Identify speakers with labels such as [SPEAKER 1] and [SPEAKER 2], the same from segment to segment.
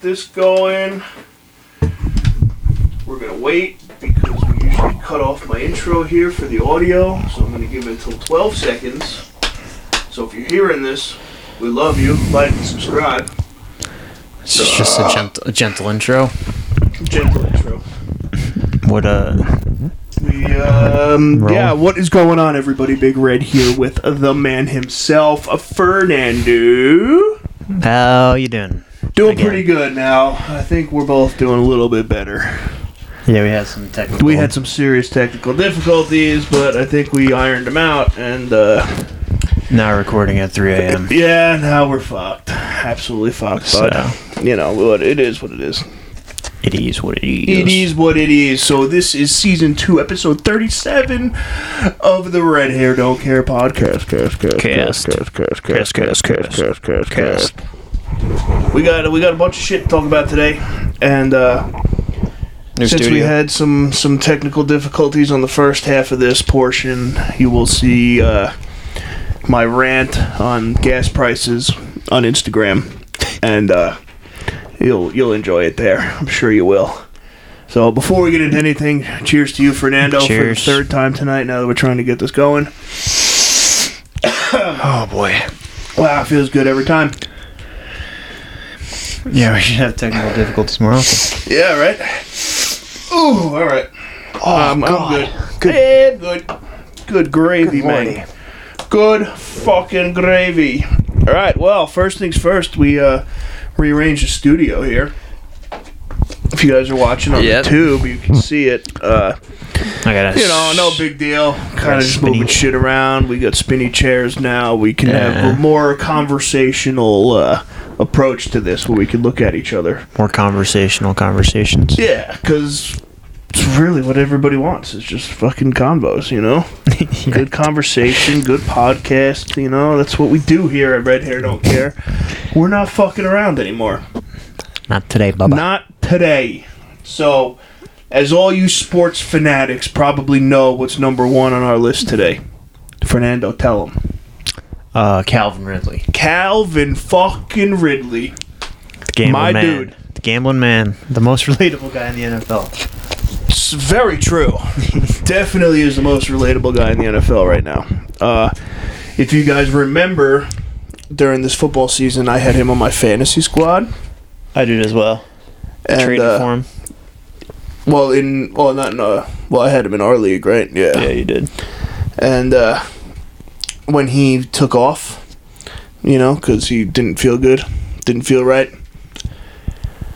[SPEAKER 1] this going. We're gonna wait because we usually cut off my intro here for the audio, so I'm gonna give it until 12 seconds. So if you're hearing this, we love you. Like and subscribe.
[SPEAKER 2] It's just a, gent- a gentle intro.
[SPEAKER 1] Gentle intro.
[SPEAKER 3] What uh
[SPEAKER 1] We, um,
[SPEAKER 3] Roll.
[SPEAKER 1] yeah, what is going on, everybody? Big Red here with the man himself, Fernando.
[SPEAKER 3] how you doing?
[SPEAKER 1] Doing
[SPEAKER 3] Again.
[SPEAKER 1] pretty good now. I think we're both doing a little bit better.
[SPEAKER 3] Yeah, we had some technical
[SPEAKER 1] We had some serious technical difficulties, but I think we ironed them out, and uh,
[SPEAKER 3] now recording at three AM.
[SPEAKER 1] yeah, now we're fucked. Absolutely fucked,
[SPEAKER 3] So
[SPEAKER 1] bud. You know, what it is what it is.
[SPEAKER 3] it is what it is.
[SPEAKER 1] It is what it is. So this is season two, episode thirty-seven of the Red Hair Don't Care podcast. Cast, cast,
[SPEAKER 3] Cast.
[SPEAKER 1] cast, cast, cast,
[SPEAKER 3] Cast,
[SPEAKER 1] cast, cast, cast, cast,
[SPEAKER 3] Cast.
[SPEAKER 1] We got we got a bunch of shit to talk about today, and uh,
[SPEAKER 3] New
[SPEAKER 1] since we
[SPEAKER 3] studio.
[SPEAKER 1] had some some technical difficulties on the first half of this portion, you will see uh, my rant on gas prices on Instagram, and uh, you'll you'll enjoy it there. I'm sure you will. So before we get into anything, cheers to you, Fernando,
[SPEAKER 3] Cheers.
[SPEAKER 1] for the third time tonight. Now that we're trying to get this going,
[SPEAKER 3] oh boy.
[SPEAKER 1] wow, it feels good every time.
[SPEAKER 3] Yeah, we should have technical difficulties more often.
[SPEAKER 1] Yeah, right. Ooh, all right. Oh, I'm,
[SPEAKER 3] God.
[SPEAKER 1] good. Good. Eh, good. Good gravy,
[SPEAKER 3] Good morning.
[SPEAKER 1] man. Good fucking gravy. All right. Well, first things first, we uh, rearranged the studio here. If you guys are watching on
[SPEAKER 3] Yep.
[SPEAKER 1] the tube, you can see it. Uh,
[SPEAKER 3] I gotta
[SPEAKER 1] you know, no big deal. Kind of just
[SPEAKER 3] spinny-
[SPEAKER 1] moving shit around. We got spinny chairs now. We can have
[SPEAKER 3] Yeah.
[SPEAKER 1] a more conversational uh, approach to this, where we can look at each other.
[SPEAKER 3] more conversational conversations.
[SPEAKER 1] Yeah, because it's really what everybody wants. It's just fucking convos, you know? Good conversation, good podcast, you know? That's what we do here at Red Hair Don't Care. We're not fucking around anymore.
[SPEAKER 3] Not today, Bubba.
[SPEAKER 1] Not today. So, as all you sports fanatics probably know what's number one on our list today. Fernando, tell him.
[SPEAKER 3] Uh Calvin Ridley.
[SPEAKER 1] Calvin fucking Ridley.
[SPEAKER 3] The gambling
[SPEAKER 1] My
[SPEAKER 3] man.
[SPEAKER 1] dude.
[SPEAKER 3] The gambling man. The most relatable guy in the NFL.
[SPEAKER 1] It's very true. Definitely is the most relatable guy in the NFL right now. Uh, if you guys remember, during this football season, I had him on my fantasy squad.
[SPEAKER 3] I did as well.
[SPEAKER 1] And,
[SPEAKER 3] Traded
[SPEAKER 1] uh,
[SPEAKER 3] for him.
[SPEAKER 1] Well, in well, not in uh, well, I had him in our league, right? Yeah.
[SPEAKER 3] you did.
[SPEAKER 1] And uh, when he took off, you know, because he didn't feel good, didn't feel right.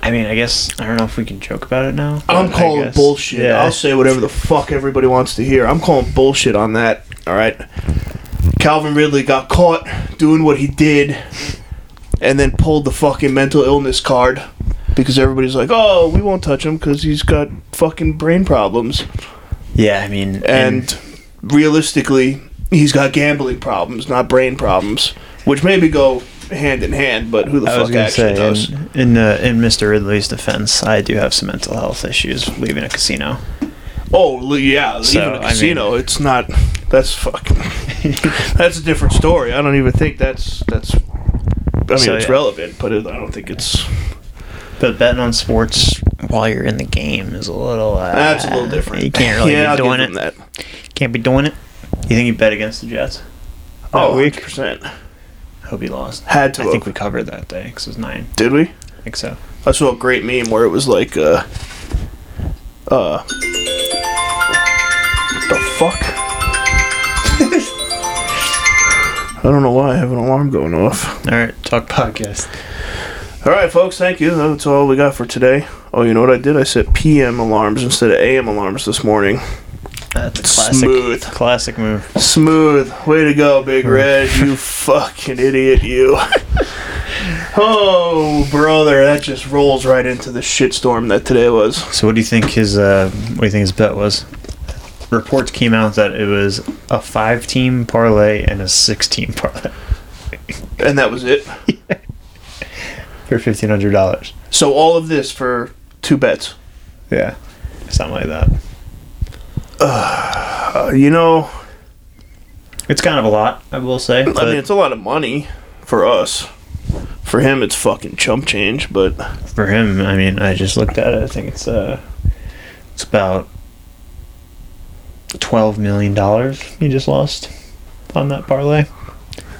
[SPEAKER 3] I mean I guess I don't know if we can joke about it now.
[SPEAKER 1] I'm
[SPEAKER 3] but I
[SPEAKER 1] calling
[SPEAKER 3] guess-
[SPEAKER 1] bullshit.
[SPEAKER 3] Yeah.
[SPEAKER 1] I'll say whatever the fuck everybody wants to hear. I'm calling bullshit on that. All right. Calvin Ridley got caught doing what he did and then pulled the fucking mental illness card because everybody's like, "Oh, we won't touch him cuz he's got fucking brain problems."
[SPEAKER 3] Yeah, I mean
[SPEAKER 1] And realistically, he's got gambling problems, not brain problems, which maybe go hand in hand, but who the
[SPEAKER 3] I was
[SPEAKER 1] fuck
[SPEAKER 3] gonna
[SPEAKER 1] actually
[SPEAKER 3] say,
[SPEAKER 1] knows?
[SPEAKER 3] in in, uh, in Mr. Ridley's defense, I do have some mental health issues leaving a casino.
[SPEAKER 1] Oh l- yeah,
[SPEAKER 3] So,
[SPEAKER 1] even
[SPEAKER 3] I
[SPEAKER 1] a
[SPEAKER 3] mean-
[SPEAKER 1] casino. it's not. That's fucking. that's a different story. I don't even think that's that's. I mean,
[SPEAKER 3] So,
[SPEAKER 1] it's
[SPEAKER 3] yeah.
[SPEAKER 1] relevant, but it, I don't think it's.
[SPEAKER 3] But betting on sports while you're in the game is a little. Uh,
[SPEAKER 1] That's a little different.
[SPEAKER 3] You can't really
[SPEAKER 1] yeah,
[SPEAKER 3] be
[SPEAKER 1] I'll
[SPEAKER 3] doing
[SPEAKER 1] give
[SPEAKER 3] it.
[SPEAKER 1] them that.
[SPEAKER 3] Can't be doing it. You think you bet against the Jets?
[SPEAKER 1] Oh,
[SPEAKER 3] week?
[SPEAKER 1] 100%.
[SPEAKER 3] Hope you lost.
[SPEAKER 1] Had to.
[SPEAKER 3] I think
[SPEAKER 1] have.
[SPEAKER 3] we covered that day because it was nine.
[SPEAKER 1] Did we?
[SPEAKER 3] I think so.
[SPEAKER 1] I saw a great meme where it was like, uh, uh, what the fuck? I don't know why I have an alarm going off.
[SPEAKER 3] All right, talk podcast.
[SPEAKER 1] All right, folks. Thank you. That's all we got for today. Oh, you know what I did? I set PM alarms instead of AM alarms this morning.
[SPEAKER 3] That's a classic,
[SPEAKER 1] Smooth.
[SPEAKER 3] classic move.
[SPEAKER 1] Smooth. Way to go, Big Red. You fucking idiot, you. oh, brother. That just rolls right into the shitstorm that today was.
[SPEAKER 3] So, what do you think his uh, what do you think his bet was? Reports came out that it was a five-team parlay and a six-team parlay
[SPEAKER 1] And that was it.
[SPEAKER 3] for fifteen hundred dollars.
[SPEAKER 1] So, all of this for two bets.
[SPEAKER 3] Yeah, something like that.
[SPEAKER 1] Uh, you know,
[SPEAKER 3] It's kind of a lot, I will say.
[SPEAKER 1] I
[SPEAKER 3] but
[SPEAKER 1] mean, it's a lot of money for us. For him, it's fucking chump change, but
[SPEAKER 3] For him, I mean, I just looked at it. I think it's uh, it's about twelve million dollars he just lost on that parlay,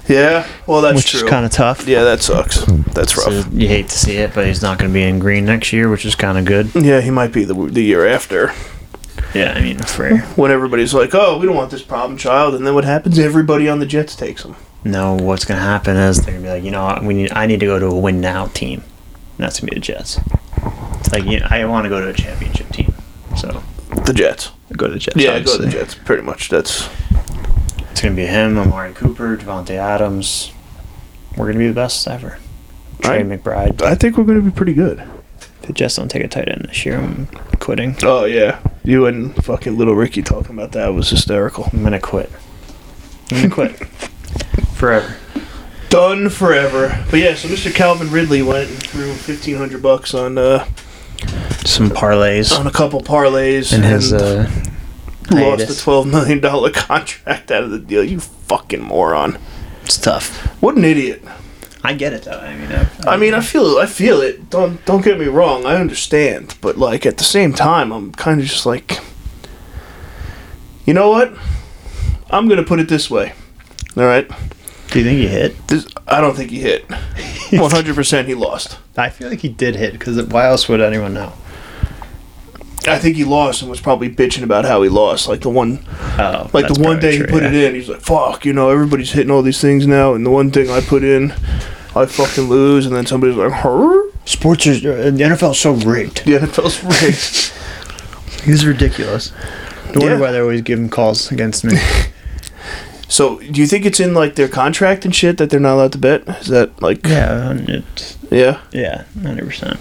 [SPEAKER 1] yeah. Well, that's
[SPEAKER 3] which
[SPEAKER 1] true.
[SPEAKER 3] is kind of tough.
[SPEAKER 1] yeah, that sucks. That's
[SPEAKER 2] So
[SPEAKER 1] rough.
[SPEAKER 2] you hate to see it, but he's not going to be in green next year, which is kind of good.
[SPEAKER 1] Yeah, he might be the the year after
[SPEAKER 3] Yeah, I mean, for
[SPEAKER 1] when everybody's like, "Oh, we don't want this problem child," and then what happens? Everybody on the Jets takes him.
[SPEAKER 3] no, what's gonna happen is they're gonna be like, you know, what, we need, I need to go to a win now team. And that's gonna be the Jets. It's like you know, I want to go to a championship team, so
[SPEAKER 1] The Jets.
[SPEAKER 3] go to the Jets.
[SPEAKER 1] Yeah, go to the
[SPEAKER 3] obviously.
[SPEAKER 1] Jets. Pretty much. That's
[SPEAKER 3] It's gonna be him, Amari Cooper, Devontae Adams. We're gonna be the best ever. Trey McBride.
[SPEAKER 1] I think we're going to be pretty good.
[SPEAKER 3] If the Jets don't take a tight end this year, I'm quitting.
[SPEAKER 1] Oh yeah, you and fucking little Ricky talking about that was hysterical.
[SPEAKER 3] I'm gonna quit. I'm gonna quit forever.
[SPEAKER 1] Done forever. But yeah, so Mr. Calvin Ridley went and threw fifteen hundred bucks on uh
[SPEAKER 3] Some parlays
[SPEAKER 1] on a couple parlays
[SPEAKER 3] and his uh,
[SPEAKER 1] lost
[SPEAKER 3] hiatus.
[SPEAKER 1] a twelve million dollar contract out of the deal. You fucking moron!
[SPEAKER 3] it's tough.
[SPEAKER 1] What an idiot!
[SPEAKER 3] I get it though. I mean, I,
[SPEAKER 1] I mean, I feel I feel it. Don't don't get me wrong. I understand, but like at the same time, I'm kind of just like, you know what? I'm gonna put it this way. All right,
[SPEAKER 3] do you think he hit?
[SPEAKER 1] this, I don't think he hit. One hundred percent, he lost.
[SPEAKER 3] I feel like he did hit because why else would anyone know?
[SPEAKER 1] I think he lost and was probably bitching about how he lost. Like the one,
[SPEAKER 3] Oh,
[SPEAKER 1] like the one day he put it in, he's like, "Fuck, you know, everybody's hitting all these things now, and the one thing I put in, I fucking lose." And then somebody's like, "Her."
[SPEAKER 3] Sports is uh, the NFL is so rigged.
[SPEAKER 1] The NFL's rigged.
[SPEAKER 3] He's ridiculous. No
[SPEAKER 1] wonder
[SPEAKER 3] wonder
[SPEAKER 1] why
[SPEAKER 3] why they always give him calls against me.
[SPEAKER 1] So, do you think it's in like their contract and shit that they're not allowed to bet? Is that like yeah?
[SPEAKER 3] yeah, um, it's,
[SPEAKER 1] Yeah,
[SPEAKER 3] yeah, hundred percent.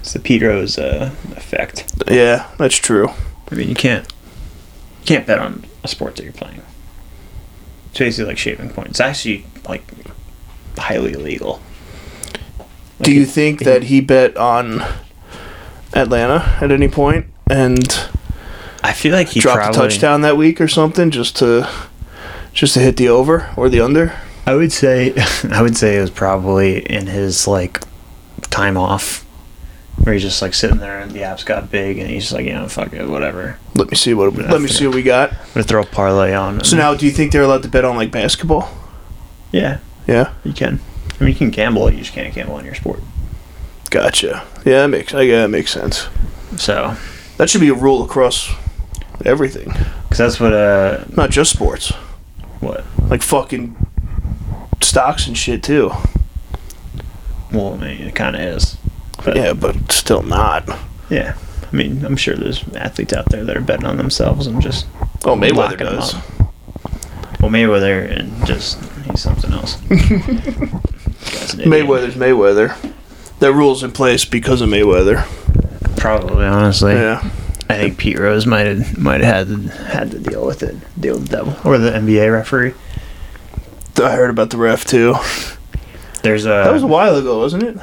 [SPEAKER 3] It's the Pete Rose uh, effect.
[SPEAKER 1] that's true.
[SPEAKER 3] I mean, you can't you can't bet on a sport that you're playing. It's basically like shaving points. It's actually like highly illegal.
[SPEAKER 1] do you think that he bet on Atlanta at any point and
[SPEAKER 3] I feel like he
[SPEAKER 1] dropped a touchdown that week or something just to just to hit the over or the under?
[SPEAKER 3] I would say I would say it was probably in his like time off. Where he's just like sitting there and the apps got big and he's just like, you know, fuck it, whatever.
[SPEAKER 1] Let me see what let me see what we got.
[SPEAKER 3] I'm gonna throw a parlay on.
[SPEAKER 1] So now, do you think they're allowed to bet on like basketball?
[SPEAKER 3] Yeah,
[SPEAKER 1] Yeah,
[SPEAKER 3] you can. I mean you can gamble, you just can't gamble on your sport.
[SPEAKER 1] gotcha. Yeah, that makes yeah, that makes sense.
[SPEAKER 3] So,
[SPEAKER 1] That should be a rule across everything,
[SPEAKER 3] because that's what uh,
[SPEAKER 1] not just sports.
[SPEAKER 3] what?
[SPEAKER 1] like fucking stocks and shit too.
[SPEAKER 3] Well, I mean, it kind of is. But,
[SPEAKER 1] Yeah, but still not.
[SPEAKER 3] Yeah. I mean, I'm sure there's athletes out there that are betting on themselves and just.
[SPEAKER 1] Oh, Mayweather
[SPEAKER 3] locking 'em
[SPEAKER 1] does.
[SPEAKER 3] up. Well, Mayweather and just he's something else. Guy's an idiot.
[SPEAKER 1] Mayweather's Mayweather. That rule's in place because of Mayweather.
[SPEAKER 3] probably honestly.
[SPEAKER 1] Yeah.
[SPEAKER 3] I think Pete Rose might have might have had had to deal with it, deal with the devil, or the NBA referee.
[SPEAKER 1] I heard about the ref too.
[SPEAKER 3] There's a
[SPEAKER 1] That was a while ago, wasn't it?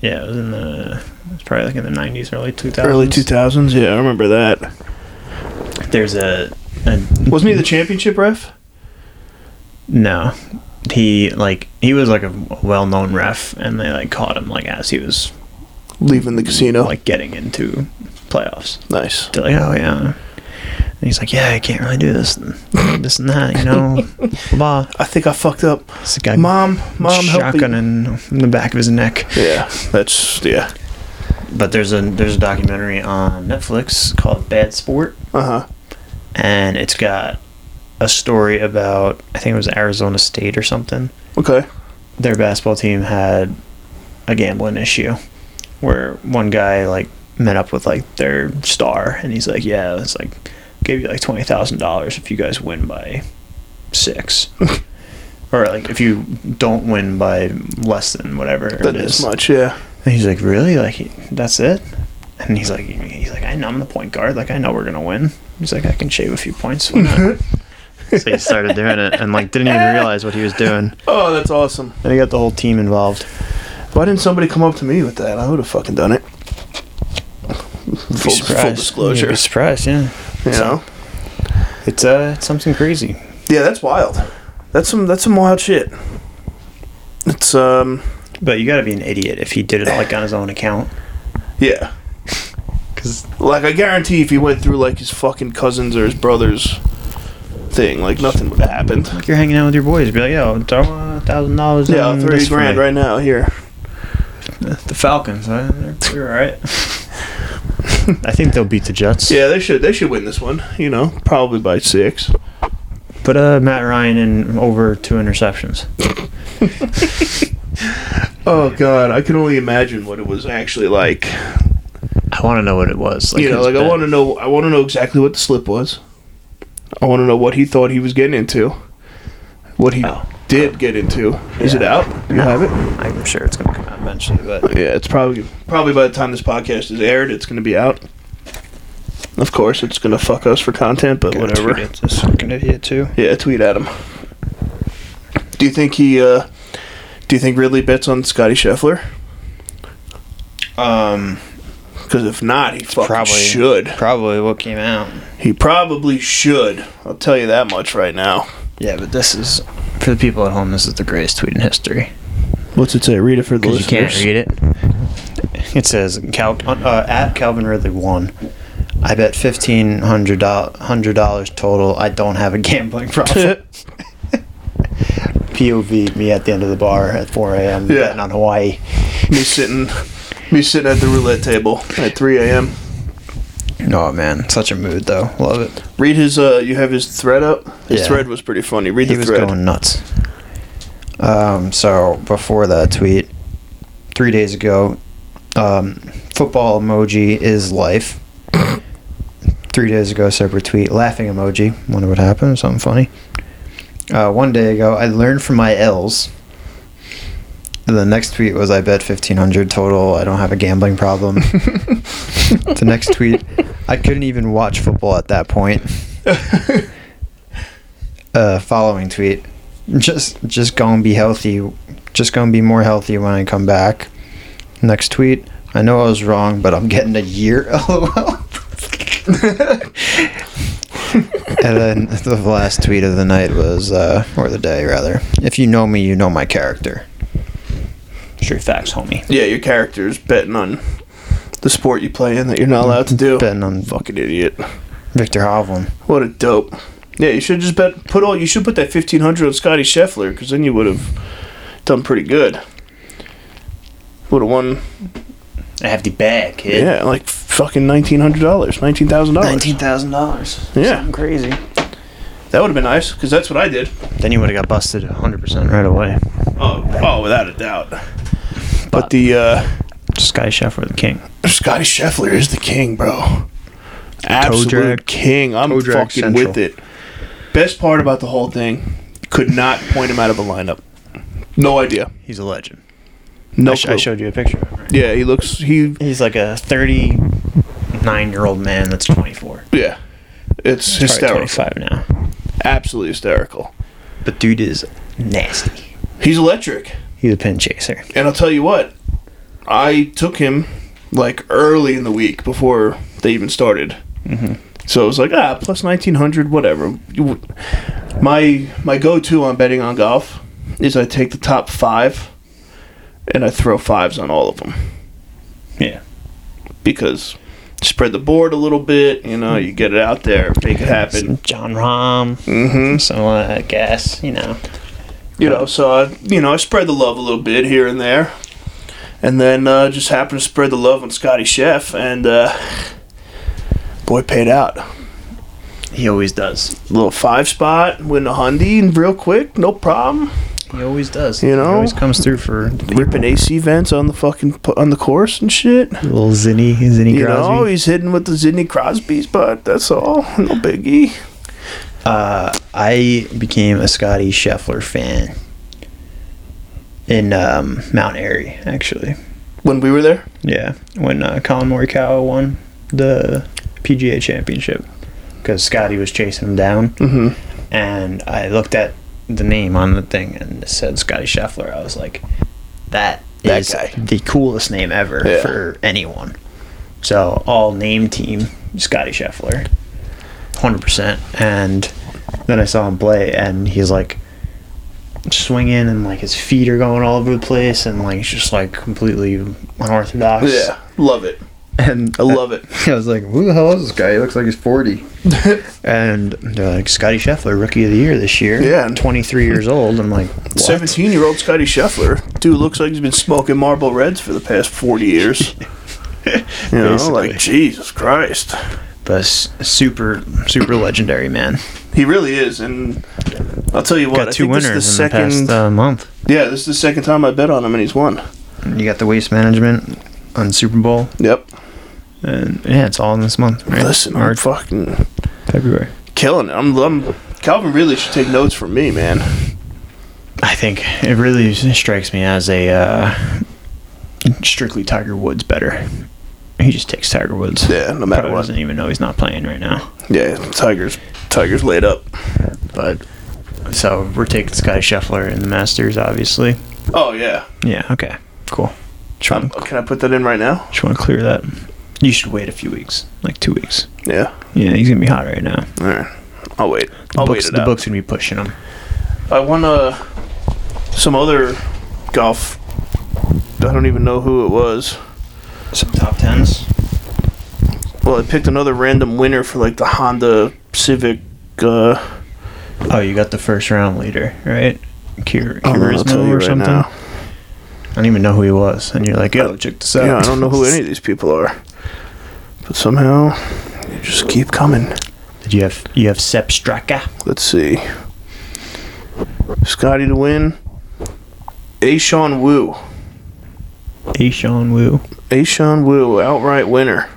[SPEAKER 3] yeah, it was in the it's probably like in the 90s, early 2000s.
[SPEAKER 1] Early 2000s. Yeah, I remember that.
[SPEAKER 3] There's a, a
[SPEAKER 1] Wasn't he the championship ref?
[SPEAKER 3] No, he like he was like a well-known ref, and they like caught him like as he was
[SPEAKER 1] Leaving the casino.
[SPEAKER 3] like getting into playoffs.
[SPEAKER 1] nice.
[SPEAKER 3] They're like, oh yeah, and he's like, yeah, I can't really do this, and this and that, you know, blah.
[SPEAKER 1] I think I fucked up.
[SPEAKER 3] It's a guy
[SPEAKER 1] Mom, mom, help me.
[SPEAKER 3] shotgun in, in the back of his neck.
[SPEAKER 1] Yeah, that's yeah.
[SPEAKER 3] But there's a there's a documentary on Netflix called Bad Sport,
[SPEAKER 1] Uh huh.
[SPEAKER 3] and it's got a story about I think it was Arizona State or something.
[SPEAKER 1] Okay.
[SPEAKER 3] their basketball team had a gambling issue where one guy like met up with like their star and he's like yeah it's like give you like $20000 if you guys win by six or like if you don't win by less than whatever
[SPEAKER 1] That
[SPEAKER 3] it
[SPEAKER 1] is
[SPEAKER 3] is
[SPEAKER 1] much. Yeah.
[SPEAKER 3] and he's like really like that's it and he's like he's like i know i'm the point guard like i know we're gonna win he's like i can shave a few points why not? so he started doing it and like didn't even realize what he was doing
[SPEAKER 1] Oh, that's awesome.
[SPEAKER 3] and he got the whole team involved
[SPEAKER 1] Why didn't somebody come up to me with that? I would have fucking done it. Full, full disclosure.
[SPEAKER 3] You'd be surprised, yeah.
[SPEAKER 1] You know?
[SPEAKER 3] It's uh, it's something crazy.
[SPEAKER 1] Yeah, that's wild. That's some that's some wild shit. It's um
[SPEAKER 3] But you got to be an idiot if he did it like on his own account.
[SPEAKER 1] Yeah.
[SPEAKER 3] Because
[SPEAKER 1] Like, I guarantee if he went through, like, his fucking cousins or his brother's thing, like, nothing would have happened.
[SPEAKER 3] like you're hanging out with your boys, be like, yo, throw a thousand dollars.
[SPEAKER 1] Yeah,
[SPEAKER 3] on
[SPEAKER 1] 30
[SPEAKER 3] this for
[SPEAKER 1] grand
[SPEAKER 3] me."
[SPEAKER 1] right now, here.
[SPEAKER 3] The Falcons, huh? They're- they're all right.
[SPEAKER 4] I think they'll beat the Jets.
[SPEAKER 1] Yeah, they should they should win this one, you know, probably by six.
[SPEAKER 3] Put uh, Matt Ryan in over two interceptions.
[SPEAKER 1] Oh, God, I can only imagine what it was actually like.
[SPEAKER 4] I want to know what it was.
[SPEAKER 1] you know,
[SPEAKER 4] his
[SPEAKER 1] like, I
[SPEAKER 4] bet.
[SPEAKER 1] want to know, I want to know exactly what the slip was. I want to know what he thought he was getting into. What he
[SPEAKER 3] Oh.
[SPEAKER 1] did get into. Is it out? You have it?
[SPEAKER 3] I'm sure it's gonna come out eventually, but
[SPEAKER 1] Yeah, it's probably probably by the time this podcast is aired, it's going to be out. Of course, it's going to fuck us for content, but whatever.
[SPEAKER 3] Tweet at this fucking idiot too.
[SPEAKER 1] Yeah, tweet at him. Do you think he? uh Do you think Ridley bets on Scotty Scheffler?
[SPEAKER 3] Um,
[SPEAKER 1] Because if not, he fucking
[SPEAKER 3] probably-
[SPEAKER 1] should.
[SPEAKER 3] probably what came out.
[SPEAKER 1] He probably should. I'll tell you that much right now.
[SPEAKER 3] Yeah, but this is for the people at home. This is the greatest tweet in history.
[SPEAKER 1] What's it say? Read it for the
[SPEAKER 2] Because you can't read it.
[SPEAKER 3] It says Cal, uh, at Calvin Ridley won. I bet fifteen hundred dollars total. I don't have a gambling problem. POV me at the end of the bar at 4 a.m.
[SPEAKER 1] Yeah.
[SPEAKER 3] betting on Hawaii.
[SPEAKER 1] me sitting, me sitting at the roulette table at 3 a.m.
[SPEAKER 3] No Oh, man, such a mood though. Love it.
[SPEAKER 1] Read his. uh You have his thread up. His
[SPEAKER 3] Yeah.
[SPEAKER 1] thread was pretty funny. Read
[SPEAKER 3] he
[SPEAKER 1] the
[SPEAKER 3] was
[SPEAKER 1] thread.
[SPEAKER 3] going nuts. Um, so before that tweet, three days ago, um, football emoji is life. three days ago, separate tweet, laughing emoji. Wonder what happened. Something funny. Uh, one day ago, I learned from my L's. And the next tweet was, I bet fifteen hundred total. I don't have a gambling problem. the next tweet, I couldn't even watch football at that point uh, following tweet. Just just gonna be healthy. Just gonna be more healthy when I come back. Next tweet. I know I was wrong, but I'm getting a year. LOL. and then the last tweet of the night was, uh, or the day rather. If you know me, you know my character. True facts, homie.
[SPEAKER 1] Yeah, your character's betting on the sport you play in that you're not allowed to do.
[SPEAKER 3] Betting on
[SPEAKER 1] Fucking idiot.
[SPEAKER 3] Victor Hovland.
[SPEAKER 1] What a dope. Yeah, you should just bet. Put all. You should put that fifteen hundred on Scotty Scheffler because then you would have done pretty good. Would have won.
[SPEAKER 3] I have the bag, kid.
[SPEAKER 1] Yeah, like fucking nineteen hundred dollars, nineteen thousand dollars.
[SPEAKER 3] Nineteen thousand dollars.
[SPEAKER 1] Yeah.
[SPEAKER 3] Something crazy.
[SPEAKER 1] That would have been nice because that's what I did.
[SPEAKER 3] Then you would have got busted 100% right away.
[SPEAKER 1] Oh, oh, without a doubt. But the uh,
[SPEAKER 3] Sky Chef or the King.
[SPEAKER 1] Scotty Scheffler is the king, bro. Absolute
[SPEAKER 3] Toe drag-
[SPEAKER 1] king. I'm
[SPEAKER 3] toe drag
[SPEAKER 1] fucking
[SPEAKER 3] central.
[SPEAKER 1] with it. Best part about the whole thing, could not point him out of a lineup. No idea.
[SPEAKER 3] He's a legend.
[SPEAKER 1] No
[SPEAKER 3] I, sh- I
[SPEAKER 1] clue.
[SPEAKER 3] showed you a picture of him. Right?
[SPEAKER 1] Yeah, he looks. He
[SPEAKER 3] He's like a 39 year old man that's 24.
[SPEAKER 1] yeah. It's
[SPEAKER 3] Hysterical.
[SPEAKER 1] hysterical.
[SPEAKER 3] 25 now.
[SPEAKER 1] Absolutely hysterical.
[SPEAKER 3] But dude is nasty.
[SPEAKER 1] He's electric,
[SPEAKER 3] He's a pin chaser.
[SPEAKER 1] and I'll tell you what. I took him like early in the week before they even started. So it was like ah, plus nineteen hundred, whatever. You- My my go to on betting on golf is I take the top five, and I throw fives on all of them
[SPEAKER 3] Yeah.
[SPEAKER 1] because spread the board a little bit. You know, you get it out there, make it happen.
[SPEAKER 3] John Rom.
[SPEAKER 1] Mm-hmm.
[SPEAKER 3] So uh, I guess, you know.
[SPEAKER 1] you know so i you know i spread the love a little bit here and there and then uh, just happened to spread the love on scotty chef and uh, boy paid out
[SPEAKER 3] He always does.
[SPEAKER 1] little five spot win a hundy and real quick no problem
[SPEAKER 3] He always does.
[SPEAKER 1] You know?
[SPEAKER 3] He always comes through for
[SPEAKER 1] ripping ac vents on the fucking pu- on the course and shit
[SPEAKER 3] little Zinny, Zinny
[SPEAKER 1] you know he's hitting with the Sidney crosby's but that's all no biggie
[SPEAKER 3] Uh, I became a Scotty Scheffler fan in um, Mount Airy, actually.
[SPEAKER 1] when we were there
[SPEAKER 3] Yeah, when uh, Colin Morikawa won the PGA Championship because Scotty was chasing him down,
[SPEAKER 1] mm-hmm
[SPEAKER 3] and I looked at the name on the thing and it said Scotty Scheffler. I was like, that
[SPEAKER 1] That
[SPEAKER 3] is
[SPEAKER 1] guy.
[SPEAKER 3] the coolest name ever
[SPEAKER 1] Yeah.
[SPEAKER 3] for anyone. So all name team Scotty Scheffler, hundred percent. And then I saw him play, and he's like swinging and like his feet are going all over the place and like he's just like completely unorthodox.
[SPEAKER 1] Yeah, love it.
[SPEAKER 3] And
[SPEAKER 1] I love it.
[SPEAKER 3] I was like, who the hell is this guy? He looks like he's 40. and they're like, Scotty Scheffler, rookie of the year this year.
[SPEAKER 1] Yeah.
[SPEAKER 3] 23 years old. I'm like, what?
[SPEAKER 1] Seventeen-year-old Scotty Scheffler, dude, looks like he's been smoking Marlboro Reds for the past forty years. you know,
[SPEAKER 3] Basically.
[SPEAKER 1] like Jesus Christ,
[SPEAKER 3] But s- super, super legendary man.
[SPEAKER 1] he really is. And I'll tell you what,
[SPEAKER 3] got
[SPEAKER 1] I think
[SPEAKER 3] two winners in
[SPEAKER 1] this is the second.
[SPEAKER 3] the past uh, month.
[SPEAKER 1] yeah, this is the second time I bet on him, and he's won.
[SPEAKER 3] You got the waste management on Super Bowl.
[SPEAKER 1] Yep.
[SPEAKER 3] And yeah, it's all in this month, right?
[SPEAKER 1] Listen,
[SPEAKER 3] or
[SPEAKER 1] I'm fucking
[SPEAKER 3] February.
[SPEAKER 1] killing it. I'm, I'm. Calvin really should take notes from me, man.
[SPEAKER 3] I think it really strikes me as a uh, strictly Tiger Woods better. He just takes Tiger Woods.
[SPEAKER 1] Yeah, no matter
[SPEAKER 3] Probably
[SPEAKER 1] what.
[SPEAKER 3] doesn't even know he's not playing right now.
[SPEAKER 1] Yeah, Tigers. Tigers laid up.
[SPEAKER 3] But so we're taking Scotty Scheffler in the Masters, obviously.
[SPEAKER 1] Oh yeah.
[SPEAKER 3] Yeah. Okay. Cool. Just
[SPEAKER 1] Um,
[SPEAKER 3] want
[SPEAKER 1] can I put that in right now?
[SPEAKER 3] to clear that. You should wait a few weeks, like two weeks.
[SPEAKER 1] Yeah.
[SPEAKER 3] Yeah, he's gonna be hot right now.
[SPEAKER 1] All right. I'll wait.
[SPEAKER 3] The
[SPEAKER 1] I'll wait
[SPEAKER 3] books,
[SPEAKER 1] it
[SPEAKER 3] the
[SPEAKER 1] out.
[SPEAKER 3] book's gonna be pushing him.
[SPEAKER 1] I won uh, some other golf. I don't even know who it was.
[SPEAKER 3] Some top tens.
[SPEAKER 1] Well, I picked another random winner for like the Honda Civic. Uh,
[SPEAKER 3] Oh, you got the first round leader, right? Cur-
[SPEAKER 1] I don't know, I'll tell
[SPEAKER 3] Curismo
[SPEAKER 1] you
[SPEAKER 3] or
[SPEAKER 1] right
[SPEAKER 3] something.
[SPEAKER 1] now.
[SPEAKER 3] I don't even know who he was, and you're like, "Yo, check this out."
[SPEAKER 1] Yeah, I don't know who any of these people are, but somehow they just keep coming.
[SPEAKER 3] Did you have you have Sepp Straka?
[SPEAKER 1] Let's see. Scotty to win. Aishan Wu.
[SPEAKER 3] Aishan Wu.
[SPEAKER 1] Aishan Wu, outright winner.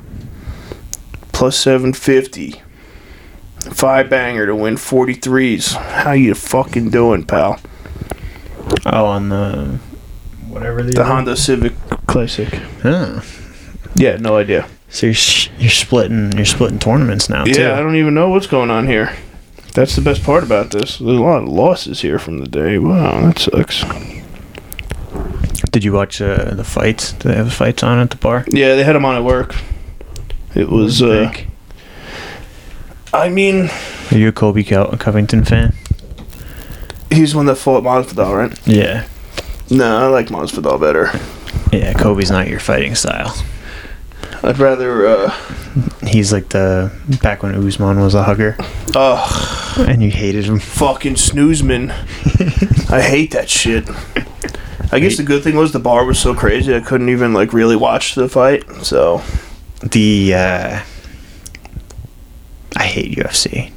[SPEAKER 1] Plus 750. Five banger to win 43s. How you fucking doing, pal?
[SPEAKER 3] Oh, on the whatever
[SPEAKER 1] The Honda Civic Classic. Yeah, no idea.
[SPEAKER 3] So you're s- you're splitting you're splitting tournaments now too.
[SPEAKER 1] Yeah, I don't even know what's going on here. That's the best part about this. There's a lot of losses here from the day. Wow, that sucks.
[SPEAKER 3] Did you watch uh, the fights? Did they have the fights on at the bar?
[SPEAKER 1] Yeah, they had him on at work. It was, uh,
[SPEAKER 3] Think?
[SPEAKER 1] I mean,
[SPEAKER 3] Are you a Kobe Co- Covington fan?
[SPEAKER 1] he's one that fought Masvidal, right?
[SPEAKER 3] Yeah.
[SPEAKER 1] No, I like Masvidal better.
[SPEAKER 3] Yeah, Kobe's not your fighting style.
[SPEAKER 1] I'd rather, uh,
[SPEAKER 3] He's like the back when Usman was a hugger,
[SPEAKER 1] oh,
[SPEAKER 3] and you hated him.
[SPEAKER 1] fucking snoozeman. I hate that shit. I guess the good thing was the bar was so crazy I couldn't even like really watch the fight. So
[SPEAKER 3] the uh, I hate UFC.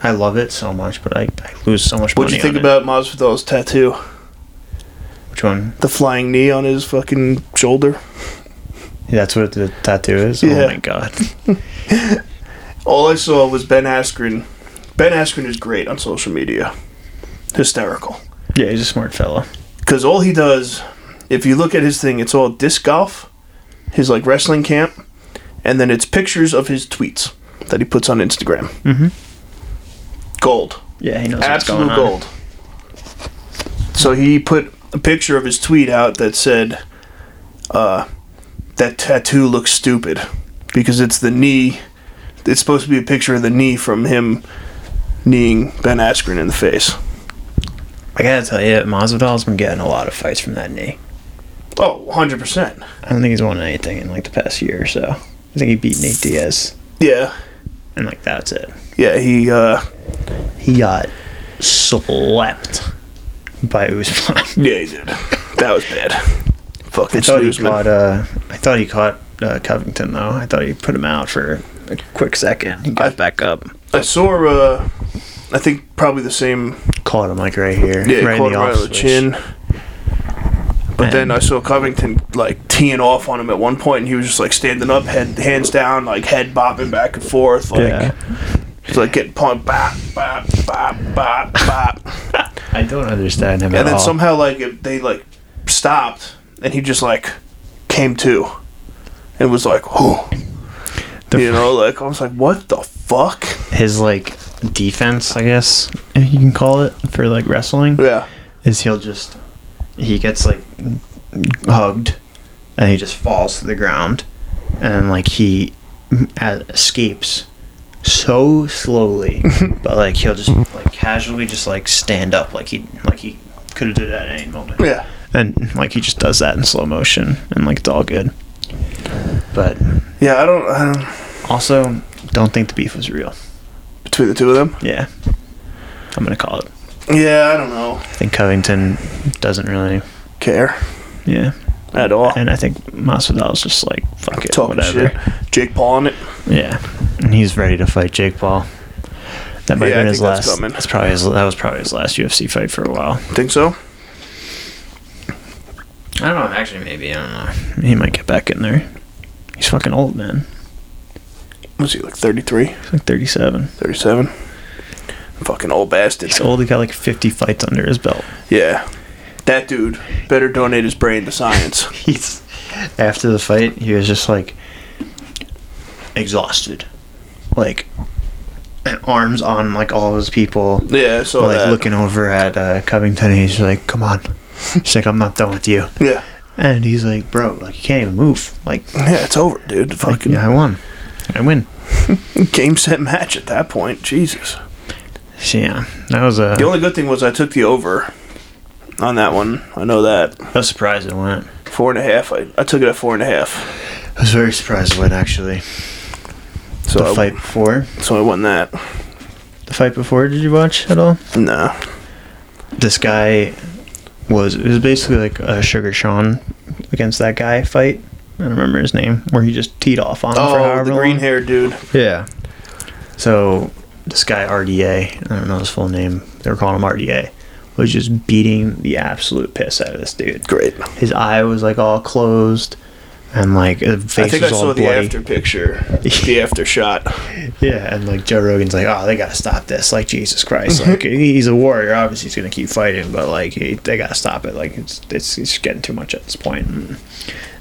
[SPEAKER 3] I love it so much, but I, I lose so much
[SPEAKER 1] what
[SPEAKER 3] money.
[SPEAKER 1] do you think
[SPEAKER 3] on it.
[SPEAKER 1] about Masvidal's tattoo?
[SPEAKER 3] which one?
[SPEAKER 1] The flying knee on his fucking shoulder.
[SPEAKER 3] That's what the tattoo is.
[SPEAKER 1] Yeah.
[SPEAKER 3] Oh my god!
[SPEAKER 1] All I saw was Ben Askren. Ben Askren is great on social media. Hysterical.
[SPEAKER 3] Yeah, he's a smart fellow.
[SPEAKER 1] Because all he does, if you look at his thing, it's all disc golf, his like wrestling camp, and then it's pictures of his tweets that he puts on Instagram. Mm-hmm. Gold.
[SPEAKER 3] Yeah, he knows what's
[SPEAKER 1] absolute
[SPEAKER 3] going
[SPEAKER 1] gold. So he put a picture of his tweet out that said, uh, "That tattoo looks stupid," because it's the knee. It's supposed to be a picture of the knee from him kneeing Ben Askren in the face.
[SPEAKER 3] on. I gotta tell you, Masvidal's been getting a lot of fights from that knee.
[SPEAKER 1] Oh, 100 percent.
[SPEAKER 3] I don't think he's won anything in like the past year or so. I think he beat Nate Diaz,
[SPEAKER 1] Yeah,
[SPEAKER 3] and like that's it.
[SPEAKER 1] yeah. He uh,
[SPEAKER 3] He got slapped by Usman.
[SPEAKER 1] yeah he did. That was bad.
[SPEAKER 3] I
[SPEAKER 1] Fucking
[SPEAKER 3] thought he
[SPEAKER 1] snooze,
[SPEAKER 3] caught. Uh, I thought he caught uh, Covington though. I thought he put him out for a quick second. He got back up,
[SPEAKER 1] I saw. Uh, I think probably the same
[SPEAKER 3] caught him like right here,
[SPEAKER 1] Yeah,
[SPEAKER 3] right
[SPEAKER 1] caught him right
[SPEAKER 3] off
[SPEAKER 1] on the
[SPEAKER 3] switch.
[SPEAKER 1] chin. But then
[SPEAKER 3] And-
[SPEAKER 1] I saw Covington like teeing off on him at one point, and he was just like standing up, head hands down, like head bobbing back and forth, like
[SPEAKER 3] Yeah.
[SPEAKER 1] he's, like getting pumped, bop, bop, bop, bop, bop,
[SPEAKER 3] I don't understand him
[SPEAKER 1] and
[SPEAKER 3] at
[SPEAKER 1] then
[SPEAKER 3] all.
[SPEAKER 1] somehow like it, they like stopped, and he just like came to, and was like, "Whoo," you know, like I was like, "What the fuck?"
[SPEAKER 3] His like defense, I guess you can call it for like wrestling,
[SPEAKER 1] Yeah,
[SPEAKER 3] is he'll just he gets like hugged, and he just falls to the ground, and like he uh, escapes so slowly, but like he'll just like casually just like stand up like he like he could have did that at any moment.
[SPEAKER 1] Yeah.
[SPEAKER 3] And like he just does that in slow motion, and like it's all good. But
[SPEAKER 1] Yeah, I don't, um, I don't.
[SPEAKER 3] also, don't think the beef was real.
[SPEAKER 1] Between the two of them?
[SPEAKER 3] Yeah, I'm gonna call it.
[SPEAKER 1] Yeah, I don't know.
[SPEAKER 3] I think Covington doesn't really.
[SPEAKER 1] Care
[SPEAKER 3] Yeah,
[SPEAKER 1] at all.
[SPEAKER 3] and I think Masvidal's just like fuck it,
[SPEAKER 1] Talking
[SPEAKER 3] whatever.
[SPEAKER 1] shit. Jake Paul on it.
[SPEAKER 3] Yeah,
[SPEAKER 4] And he's ready to fight Jake Paul.
[SPEAKER 3] that might
[SPEAKER 1] Yeah, I
[SPEAKER 3] have been his
[SPEAKER 1] think that's
[SPEAKER 3] last.
[SPEAKER 1] coming.
[SPEAKER 3] That's, probably his, that was probably his last UFC fight for a while.
[SPEAKER 1] Think so?
[SPEAKER 2] I don't know. Actually, maybe I don't know.
[SPEAKER 3] He might get back in there. He's fucking old, man.
[SPEAKER 1] Was he like 33,
[SPEAKER 3] He's like 37.
[SPEAKER 1] 37? Fucking old bastard.
[SPEAKER 3] He's old. He got like 50 fights under his belt.
[SPEAKER 1] Yeah. That dude better donate his brain to science.
[SPEAKER 4] He's after the fight, he was just like exhausted, like and arms on like all his people,
[SPEAKER 1] Yeah, so
[SPEAKER 4] like
[SPEAKER 1] that.
[SPEAKER 4] looking over at uh, Covington. And he's like, "Come on." He's like, "I'm not done with you,"
[SPEAKER 1] Yeah.
[SPEAKER 4] and he's like, "Bro, like you can't even move. Like,
[SPEAKER 1] Yeah, it's over, dude.
[SPEAKER 4] like
[SPEAKER 1] Fucking
[SPEAKER 4] yeah, I won. I win."
[SPEAKER 1] game set match at that point. Jesus.
[SPEAKER 4] So, yeah, that was a
[SPEAKER 1] The only good thing was uh, I took the over on that one. I know that.
[SPEAKER 4] I was surprised it went.
[SPEAKER 1] Four and a half. I, I took it at four and a half.
[SPEAKER 4] I was very surprised it went actually.
[SPEAKER 1] So
[SPEAKER 4] the
[SPEAKER 1] I,
[SPEAKER 4] fight before,
[SPEAKER 1] so I won that.
[SPEAKER 4] the fight before, did you watch at all?
[SPEAKER 1] No.
[SPEAKER 4] this guy was it was basically like a Sugar Sean against that guy fight.
[SPEAKER 3] I don't remember his name. Where he just teed off on him for
[SPEAKER 1] Oh,
[SPEAKER 3] however
[SPEAKER 1] the
[SPEAKER 3] long.
[SPEAKER 1] green haired dude.
[SPEAKER 4] Yeah. So this guy RDA, I don't know his full name. They were calling him RDA.
[SPEAKER 3] was just beating the absolute piss out of this dude.
[SPEAKER 1] Great.
[SPEAKER 4] His eye was like all closed, and like his face
[SPEAKER 1] I think I
[SPEAKER 4] was
[SPEAKER 1] saw
[SPEAKER 4] all
[SPEAKER 1] the
[SPEAKER 4] bloody.
[SPEAKER 1] after picture. the after shot.
[SPEAKER 4] Yeah, and like Joe Rogan's like, oh, they gotta stop this. Like Jesus Christ, like he's a warrior. Obviously, he's gonna keep fighting, but like he, they gotta stop it. Like it's, it's it's getting too much at this point. And,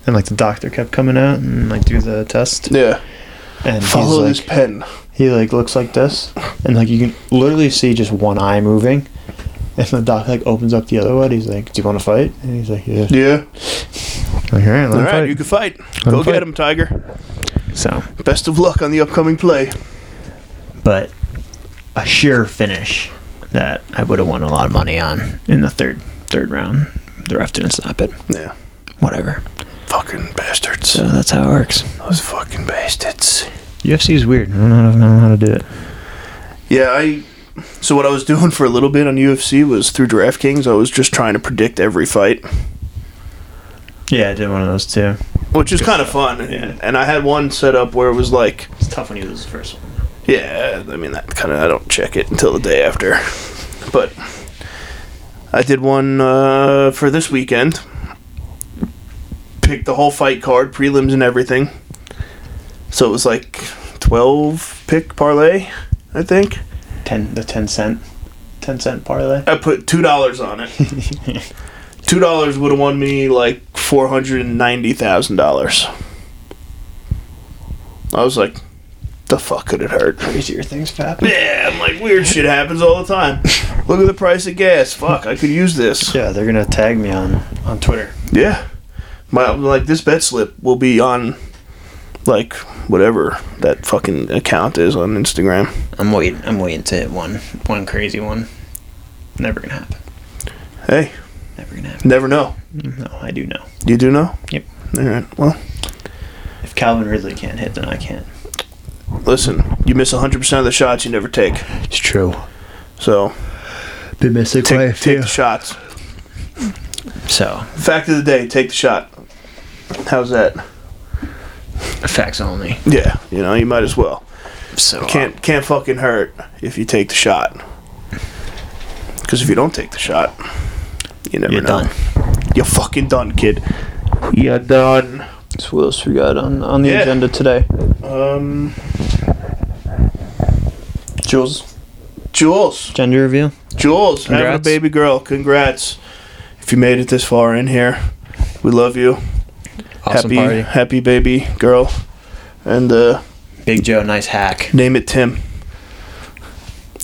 [SPEAKER 4] and like the doctor kept coming out and like do the test,
[SPEAKER 1] Yeah.
[SPEAKER 4] and he's
[SPEAKER 1] Follow
[SPEAKER 4] like,
[SPEAKER 1] this pen.
[SPEAKER 4] he like looks like this, and like you can literally see just one eye moving. And the doc like opens up the other one. He's like, "Do you want to fight?" And he's like, "Yeah."
[SPEAKER 1] Yeah.
[SPEAKER 4] Like, All right, let
[SPEAKER 1] All
[SPEAKER 4] him
[SPEAKER 1] right,
[SPEAKER 4] fight."
[SPEAKER 1] you can fight.
[SPEAKER 4] him
[SPEAKER 1] Go get
[SPEAKER 4] fight.
[SPEAKER 1] him, Tiger.
[SPEAKER 3] So
[SPEAKER 1] Best of luck on the upcoming play.
[SPEAKER 4] but a sure finish that I would have won a lot of money on.
[SPEAKER 3] in the third third round, the ref didn't stop it.
[SPEAKER 1] Yeah.
[SPEAKER 3] Whatever.
[SPEAKER 1] Fucking bastards.
[SPEAKER 3] So that's how it works.
[SPEAKER 1] Those fucking bastards.
[SPEAKER 4] UFC is weird. I don't know, I don't know how to do it.
[SPEAKER 1] Yeah, I. So what I was doing for a little bit on UFC was through DraftKings. I was just trying to predict every fight,
[SPEAKER 4] Yeah, I did one of those too.
[SPEAKER 1] which is kind of fun.
[SPEAKER 3] Yeah.
[SPEAKER 1] And I had one set up where it was like,
[SPEAKER 3] It's tough when you lose the first one.
[SPEAKER 1] yeah, I mean that kind of I don't check it until the day after, but I did one uh, for this weekend. Picked the whole fight card, prelims and everything. So it was like twelve pick parlay, I think.
[SPEAKER 3] Ten the ten cent ten cent parlay.
[SPEAKER 1] I put two dollars on it. two dollars would have won me like four hundred and ninety thousand dollars. I was like, the fuck could it hurt?
[SPEAKER 3] Crazier things have happened.
[SPEAKER 1] Yeah, I'm like weird shit happens all the time. Look at the price of gas. Fuck, I could use this.
[SPEAKER 4] Yeah, they're gonna tag me on on Twitter.
[SPEAKER 1] Yeah, my like this bet slip will be on, like whatever that fucking account is on Instagram.
[SPEAKER 3] I'm waiting I'm waiting to hit one one crazy one. Never gonna happen.
[SPEAKER 1] Hey,
[SPEAKER 3] Never gonna happen.
[SPEAKER 1] never know.
[SPEAKER 3] No, I do know.
[SPEAKER 1] You do know.
[SPEAKER 3] Yep.
[SPEAKER 1] All right. Well,
[SPEAKER 3] If Calvin Ridley can't hit, then I can't.
[SPEAKER 1] listen. You miss 100% of the shots you never take.
[SPEAKER 4] It's true.
[SPEAKER 1] So
[SPEAKER 4] Been missing
[SPEAKER 1] take, take the shots.
[SPEAKER 3] So
[SPEAKER 1] Fact of the day: take the shot. How's that?
[SPEAKER 3] facts only.
[SPEAKER 1] Yeah, you know you might as well.
[SPEAKER 3] So
[SPEAKER 1] Can't can't fucking hurt if you take the shot. Because if you don't take the shot, you never
[SPEAKER 3] uh, You're
[SPEAKER 1] know.
[SPEAKER 3] done.
[SPEAKER 1] You're fucking done, kid. You're done.
[SPEAKER 3] So what else we got on, on the
[SPEAKER 1] Yeah.
[SPEAKER 3] agenda today?
[SPEAKER 1] Um,
[SPEAKER 3] Jules.
[SPEAKER 1] Jules,
[SPEAKER 3] Gender reveal.
[SPEAKER 1] Jules, having a
[SPEAKER 3] Congrats.
[SPEAKER 1] baby girl. Congrats. If you made it this far in here, we love you.
[SPEAKER 2] Awesome
[SPEAKER 1] happy
[SPEAKER 2] party.
[SPEAKER 1] happy baby girl, and uh,
[SPEAKER 3] Big Joe, nice hack.
[SPEAKER 1] Name it Tim.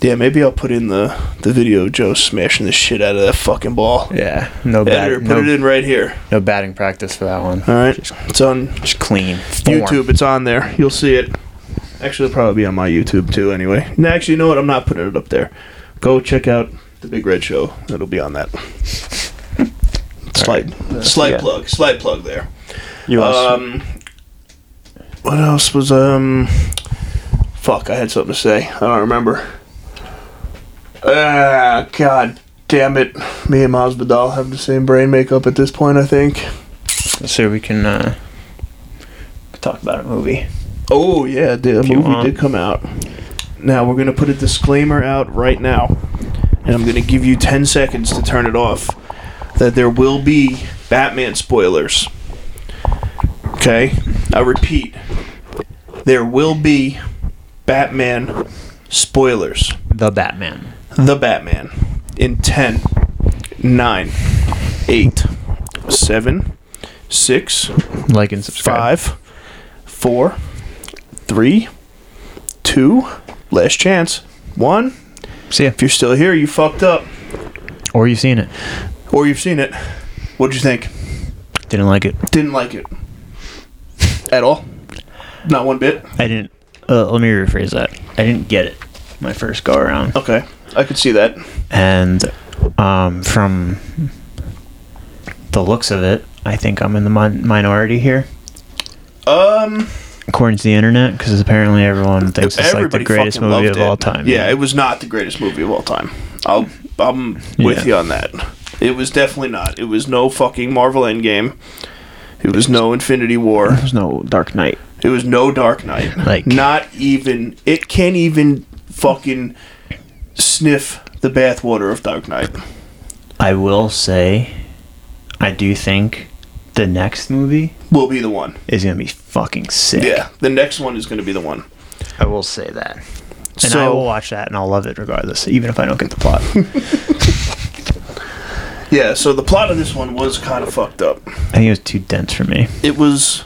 [SPEAKER 1] Yeah, maybe I'll put in the, the video of Joe smashing the shit out of that fucking ball.
[SPEAKER 4] Yeah, no
[SPEAKER 1] Editor,
[SPEAKER 4] bat,
[SPEAKER 1] put it
[SPEAKER 4] no,
[SPEAKER 1] in right here.
[SPEAKER 4] no batting practice for that one.
[SPEAKER 1] All right, it's on
[SPEAKER 3] Just clean.
[SPEAKER 1] YouTube. It's on there. You'll see it. Actually, it'll probably be on my YouTube too. Anyway, no, actually, you know what? I'm not putting it up there. Go check out The Big Red Show. It'll be on that. Slight, slight
[SPEAKER 3] Yeah.
[SPEAKER 1] plug, slight plug there.
[SPEAKER 3] You also,
[SPEAKER 1] Um, what else was um? Fuck, I had something to say. I don't remember. Ah, god damn it! Me and Masvidal have the same brain makeup at this point. I think.
[SPEAKER 3] so we can uh, talk about a movie.
[SPEAKER 1] Oh yeah, the
[SPEAKER 3] you
[SPEAKER 1] movie
[SPEAKER 3] want.
[SPEAKER 1] did come out. Now we're gonna put a disclaimer out right now, and I'm gonna give you ten seconds to turn it off. That there will be Batman spoilers. Okay, I repeat, there will be Batman spoilers.
[SPEAKER 2] The Batman.
[SPEAKER 1] The Batman in 10, 9, 8, 7, 6,
[SPEAKER 2] Like and subscribe.
[SPEAKER 1] Five, four, three, two. Last chance. One.
[SPEAKER 2] See ya.
[SPEAKER 1] If you're still here, you fucked up,
[SPEAKER 2] Or you've seen it.
[SPEAKER 1] or you've seen it. What'd you think?
[SPEAKER 2] Didn't like it.
[SPEAKER 1] Didn't like it at all. Not one bit.
[SPEAKER 3] I didn't. Uh, let me rephrase that. I didn't get it my first go around,
[SPEAKER 2] Oh.
[SPEAKER 1] Okay, I could see that.
[SPEAKER 3] and um, from the looks of it, I think I'm in the min- minority here,
[SPEAKER 1] Um,
[SPEAKER 3] according to the internet, because apparently everyone thinks it's like the
[SPEAKER 1] everybody
[SPEAKER 3] greatest
[SPEAKER 1] fucking
[SPEAKER 3] movie
[SPEAKER 1] loved
[SPEAKER 3] of
[SPEAKER 1] it.
[SPEAKER 3] all time.
[SPEAKER 1] Yeah, it was not the greatest movie of all time. I'll, I'm
[SPEAKER 3] Yeah.
[SPEAKER 1] with you on that. It was definitely not. It was no fucking Marvel Endgame. It was no Infinity War.
[SPEAKER 3] there's no Dark Knight.
[SPEAKER 1] It was no Dark Knight.
[SPEAKER 3] Like-
[SPEAKER 1] not even it can't even fucking sniff the bathwater of Dark Knight.
[SPEAKER 3] I will say, I do think the next movie
[SPEAKER 1] Will be the one.
[SPEAKER 3] is gonna be fucking sick.
[SPEAKER 1] Yeah, the next one is going to be the one.
[SPEAKER 3] I will say that, and I
[SPEAKER 1] So-
[SPEAKER 3] will watch that, and I'll love it regardless, even if I don't get the plot.
[SPEAKER 1] Yeah, so the plot of this one was kind of fucked up.
[SPEAKER 3] I think it was too dense for me.
[SPEAKER 1] It was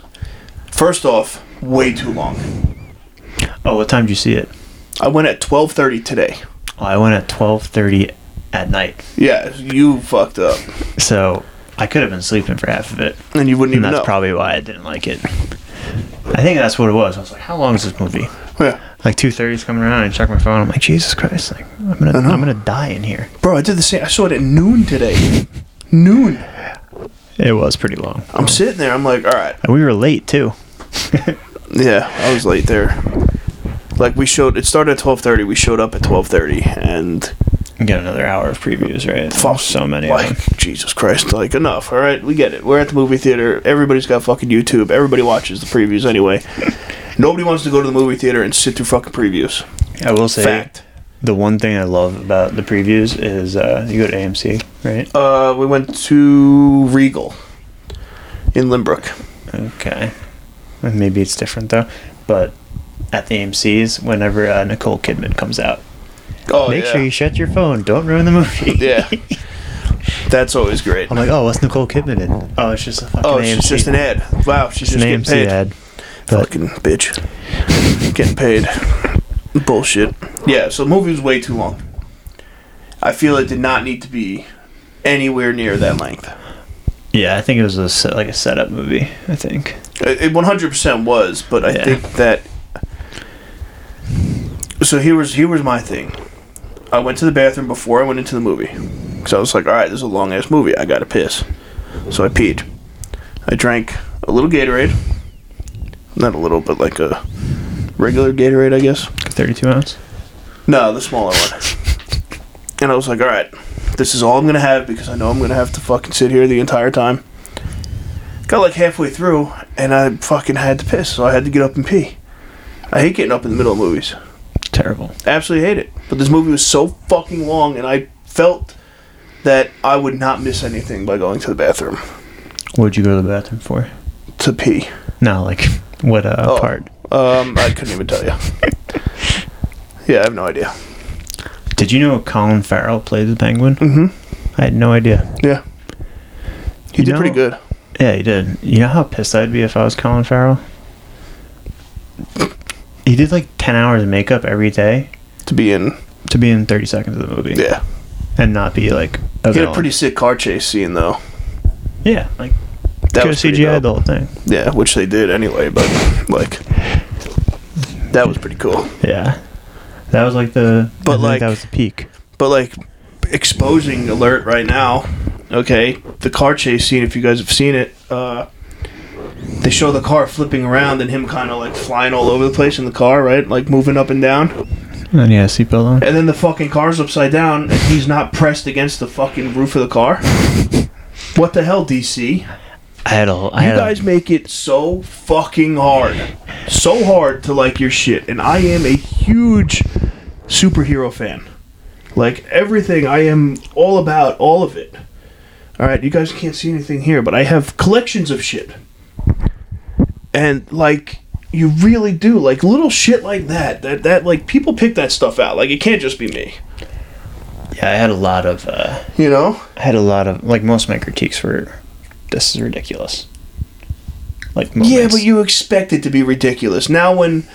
[SPEAKER 1] first off way too long.
[SPEAKER 3] Oh, what time did you see it?
[SPEAKER 1] I went at 12:30 today.
[SPEAKER 3] Oh, I went at twelve thirty at night,
[SPEAKER 1] Yeah, you fucked up.
[SPEAKER 3] so I could have been sleeping for half of it,
[SPEAKER 1] And you wouldn't
[SPEAKER 3] and
[SPEAKER 1] even
[SPEAKER 3] that's
[SPEAKER 1] know.
[SPEAKER 3] probably why I didn't like it. I think that's what it was. I was like, "How long is this movie?"
[SPEAKER 1] yeah.
[SPEAKER 3] Like two thirty is coming around. I check my phone. I'm like, "Jesus Christ! Like, I'm gonna, I'm gonna die in here."
[SPEAKER 1] Bro, I did the same. I saw it at noon today. Noon.
[SPEAKER 3] It was pretty long.
[SPEAKER 1] I'm sitting there. I'm like, all right.
[SPEAKER 3] And we were late too.
[SPEAKER 1] Yeah, I was late there. Like we showed, it started at twelve thirty. We showed up at twelve thirty, and
[SPEAKER 3] You Get another hour of previews, right?
[SPEAKER 1] Fuck,
[SPEAKER 3] so many. of them.
[SPEAKER 1] like Jesus Christ, like enough. All right, we get it. We're at the movie theater. Everybody's got fucking YouTube. Everybody watches the previews anyway. Nobody wants to go to the movie theater and sit through fucking previews.
[SPEAKER 3] I will say
[SPEAKER 1] Fact.
[SPEAKER 3] the one thing I love about the previews is uh, you go to AMC, right?
[SPEAKER 1] Uh, we went to Regal in Limbrook.
[SPEAKER 3] Okay. And Maybe it's different though, but at the AMC's, whenever uh, Nicole Kidman comes out,
[SPEAKER 1] Oh
[SPEAKER 3] make
[SPEAKER 1] yeah,
[SPEAKER 3] sure you shut your phone. Don't ruin the movie.
[SPEAKER 1] yeah. That's always great.
[SPEAKER 3] I'm like, oh, what's Nicole Kidman in? Oh, it's just a fucking
[SPEAKER 1] Oh,
[SPEAKER 3] AMC.
[SPEAKER 1] she's just an ad. Wow, she's just
[SPEAKER 3] It's an
[SPEAKER 1] getting
[SPEAKER 3] AMC
[SPEAKER 1] paid.
[SPEAKER 3] ad. But
[SPEAKER 1] Fucking bitch. Getting paid. Bullshit. Yeah, so the movie was way too long. I feel it did not need to be anywhere near that length.
[SPEAKER 3] yeah, I think it was a set, like a setup movie. I think.
[SPEAKER 1] It it 100% was, but I
[SPEAKER 3] Yeah.
[SPEAKER 1] think that. So here was here was my thing. I went to the bathroom before I went into the movie, because I was like, "All right, this is a long ass movie. I gotta piss." So I peed. I drank a little Gatorade, not a little, but like a regular Gatorade, I guess.
[SPEAKER 3] Thirty-two ounce.
[SPEAKER 1] No, the smaller one. And I was like, all right, this is all I'm going to have because I know I'm going to have to fucking sit here the entire time. Got like halfway through and I fucking had to piss, so I had to get up and pee. I hate getting up in the middle of movies.
[SPEAKER 3] Terrible.
[SPEAKER 1] Absolutely hate it. But this movie was so fucking long and I felt that I would not miss anything by going to the bathroom
[SPEAKER 3] What'd you go to the bathroom for?
[SPEAKER 1] to pee.
[SPEAKER 3] No, like what uh,
[SPEAKER 1] Oh.
[SPEAKER 3] part?
[SPEAKER 1] Um, I couldn't even tell you. Yeah, I have no idea.
[SPEAKER 3] Did you know Colin Farrell played the Penguin?
[SPEAKER 1] Mm-hmm.
[SPEAKER 3] I had no idea.
[SPEAKER 1] Yeah. He
[SPEAKER 3] You
[SPEAKER 1] did
[SPEAKER 3] know-
[SPEAKER 1] pretty good.
[SPEAKER 3] Yeah, he did. You know how pissed I'd be if I was Colin Farrell? He did like 10 hours of makeup every day
[SPEAKER 1] To be in,
[SPEAKER 3] to be in 30 seconds of the movie
[SPEAKER 1] yeah.
[SPEAKER 3] and not be like a
[SPEAKER 1] He had a
[SPEAKER 3] villain.
[SPEAKER 1] pretty sick car chase scene though.
[SPEAKER 3] Yeah, like
[SPEAKER 1] That
[SPEAKER 3] go
[SPEAKER 1] was pretty
[SPEAKER 3] CGI
[SPEAKER 1] dope.
[SPEAKER 3] the whole thing.
[SPEAKER 1] Yeah, which they did anyway, but like that was pretty cool.
[SPEAKER 3] Yeah. That was like the
[SPEAKER 1] But,
[SPEAKER 3] I think
[SPEAKER 1] like-
[SPEAKER 3] that was the peak.
[SPEAKER 1] But like exposing alert right now. Okay, the car chase scene. If you guys have seen it, uh, they show the car flipping around and him kind of like flying all over the place in the car, right? Like moving up and down.
[SPEAKER 3] And yeah, seatbelt on.
[SPEAKER 1] And then the fucking car's upside down and he's not pressed against the fucking roof of the car. What the hell, DC?
[SPEAKER 5] I had a. I
[SPEAKER 1] You
[SPEAKER 5] had
[SPEAKER 1] guys make it so fucking hard. So hard to like your shit. And I am a huge superhero fan. Like everything, I am all about all of it. All right, you guys can't see anything here, but I have collections of shit. And like you really do like little shit like that that that like people pick that stuff out. Like it can't just be me.
[SPEAKER 6] Yeah, I had a lot of, uh,
[SPEAKER 1] You know?
[SPEAKER 6] I had a lot of, like most of my critiques were, this is ridiculous. Like moments.
[SPEAKER 1] Yeah, but you expect it to be ridiculous. Now when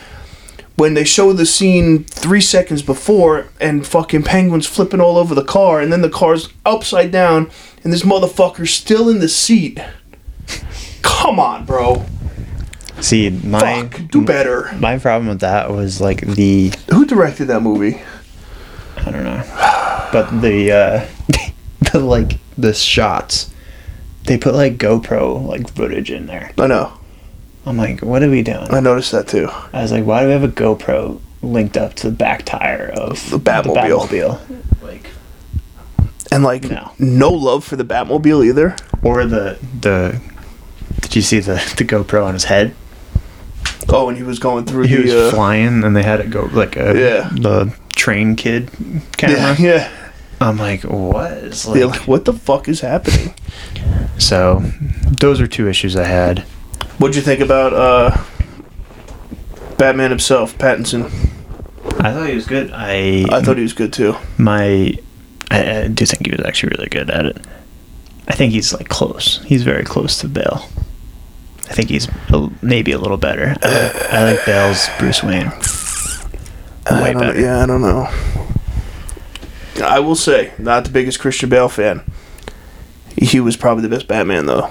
[SPEAKER 1] when they show the scene three seconds before and fucking penguins flipping all over the car and then the car's upside down and this motherfucker's still in the seat. Come on, bro.
[SPEAKER 3] See, my
[SPEAKER 1] Fuck. Do better.
[SPEAKER 3] my problem with that was like the
[SPEAKER 1] Who directed that movie?
[SPEAKER 3] I don't know, but the uh, the like the shots. They put like GoPro like footage in there.
[SPEAKER 1] I know.
[SPEAKER 3] I'm like, what are we doing?
[SPEAKER 1] I noticed that too.
[SPEAKER 3] I was like, why do we have a GoPro linked up to the back tire of
[SPEAKER 1] The Batmobile.
[SPEAKER 3] Batmobile? Like,
[SPEAKER 1] And like
[SPEAKER 3] No.
[SPEAKER 1] no love for the Batmobile either.
[SPEAKER 3] or the the. Did you see the the GoPro on his head?
[SPEAKER 1] Oh, and he was going through
[SPEAKER 3] He
[SPEAKER 1] the
[SPEAKER 3] was
[SPEAKER 1] uh,
[SPEAKER 3] flying, and they had it go like a
[SPEAKER 1] Yeah.
[SPEAKER 3] the train kid camera.
[SPEAKER 1] Yeah, yeah.
[SPEAKER 3] I'm like, what? It's
[SPEAKER 1] They're
[SPEAKER 3] like,
[SPEAKER 1] like, what the fuck is happening?
[SPEAKER 3] so, those are two issues I had.
[SPEAKER 1] What'd you think about uh, Batman himself, Pattinson?
[SPEAKER 3] I thought he was good. I,
[SPEAKER 1] I thought he was good too.
[SPEAKER 3] my I, I do think he was actually really good at it. I think he's like close. He's very close to Bale. I think he's a, maybe a little better. I like, I like Bale's Bruce Wayne.
[SPEAKER 1] I
[SPEAKER 3] Way
[SPEAKER 1] don't-
[SPEAKER 3] better.
[SPEAKER 1] Yeah, Uh, I don't know. I will say, not the biggest Christian Bale fan. He was probably the best Batman though.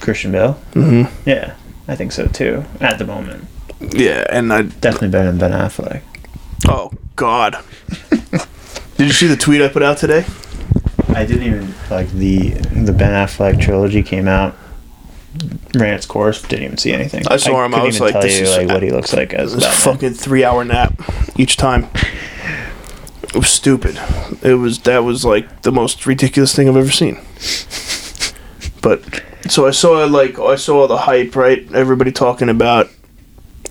[SPEAKER 3] Christian Bale.
[SPEAKER 1] Mm-hmm.
[SPEAKER 3] Yeah, I think so too. At the moment,
[SPEAKER 1] Yeah, and I.
[SPEAKER 3] definitely better than Ben Affleck.
[SPEAKER 1] Oh God. Did you see the tweet I put out today?
[SPEAKER 3] I didn't even like the the Ben Affleck trilogy came out, ran its course, didn't even see anything.
[SPEAKER 1] I saw him, I
[SPEAKER 3] couldn't
[SPEAKER 1] was
[SPEAKER 3] even
[SPEAKER 1] like,
[SPEAKER 3] tell
[SPEAKER 1] this
[SPEAKER 3] you,
[SPEAKER 1] is-
[SPEAKER 3] like what he looks like as
[SPEAKER 1] It was a
[SPEAKER 3] Batman.
[SPEAKER 1] fucking three-hour nap each time. It was stupid. It was that was like the most ridiculous thing I've ever seen. But so I saw like I saw all the hype, right? Everybody talking about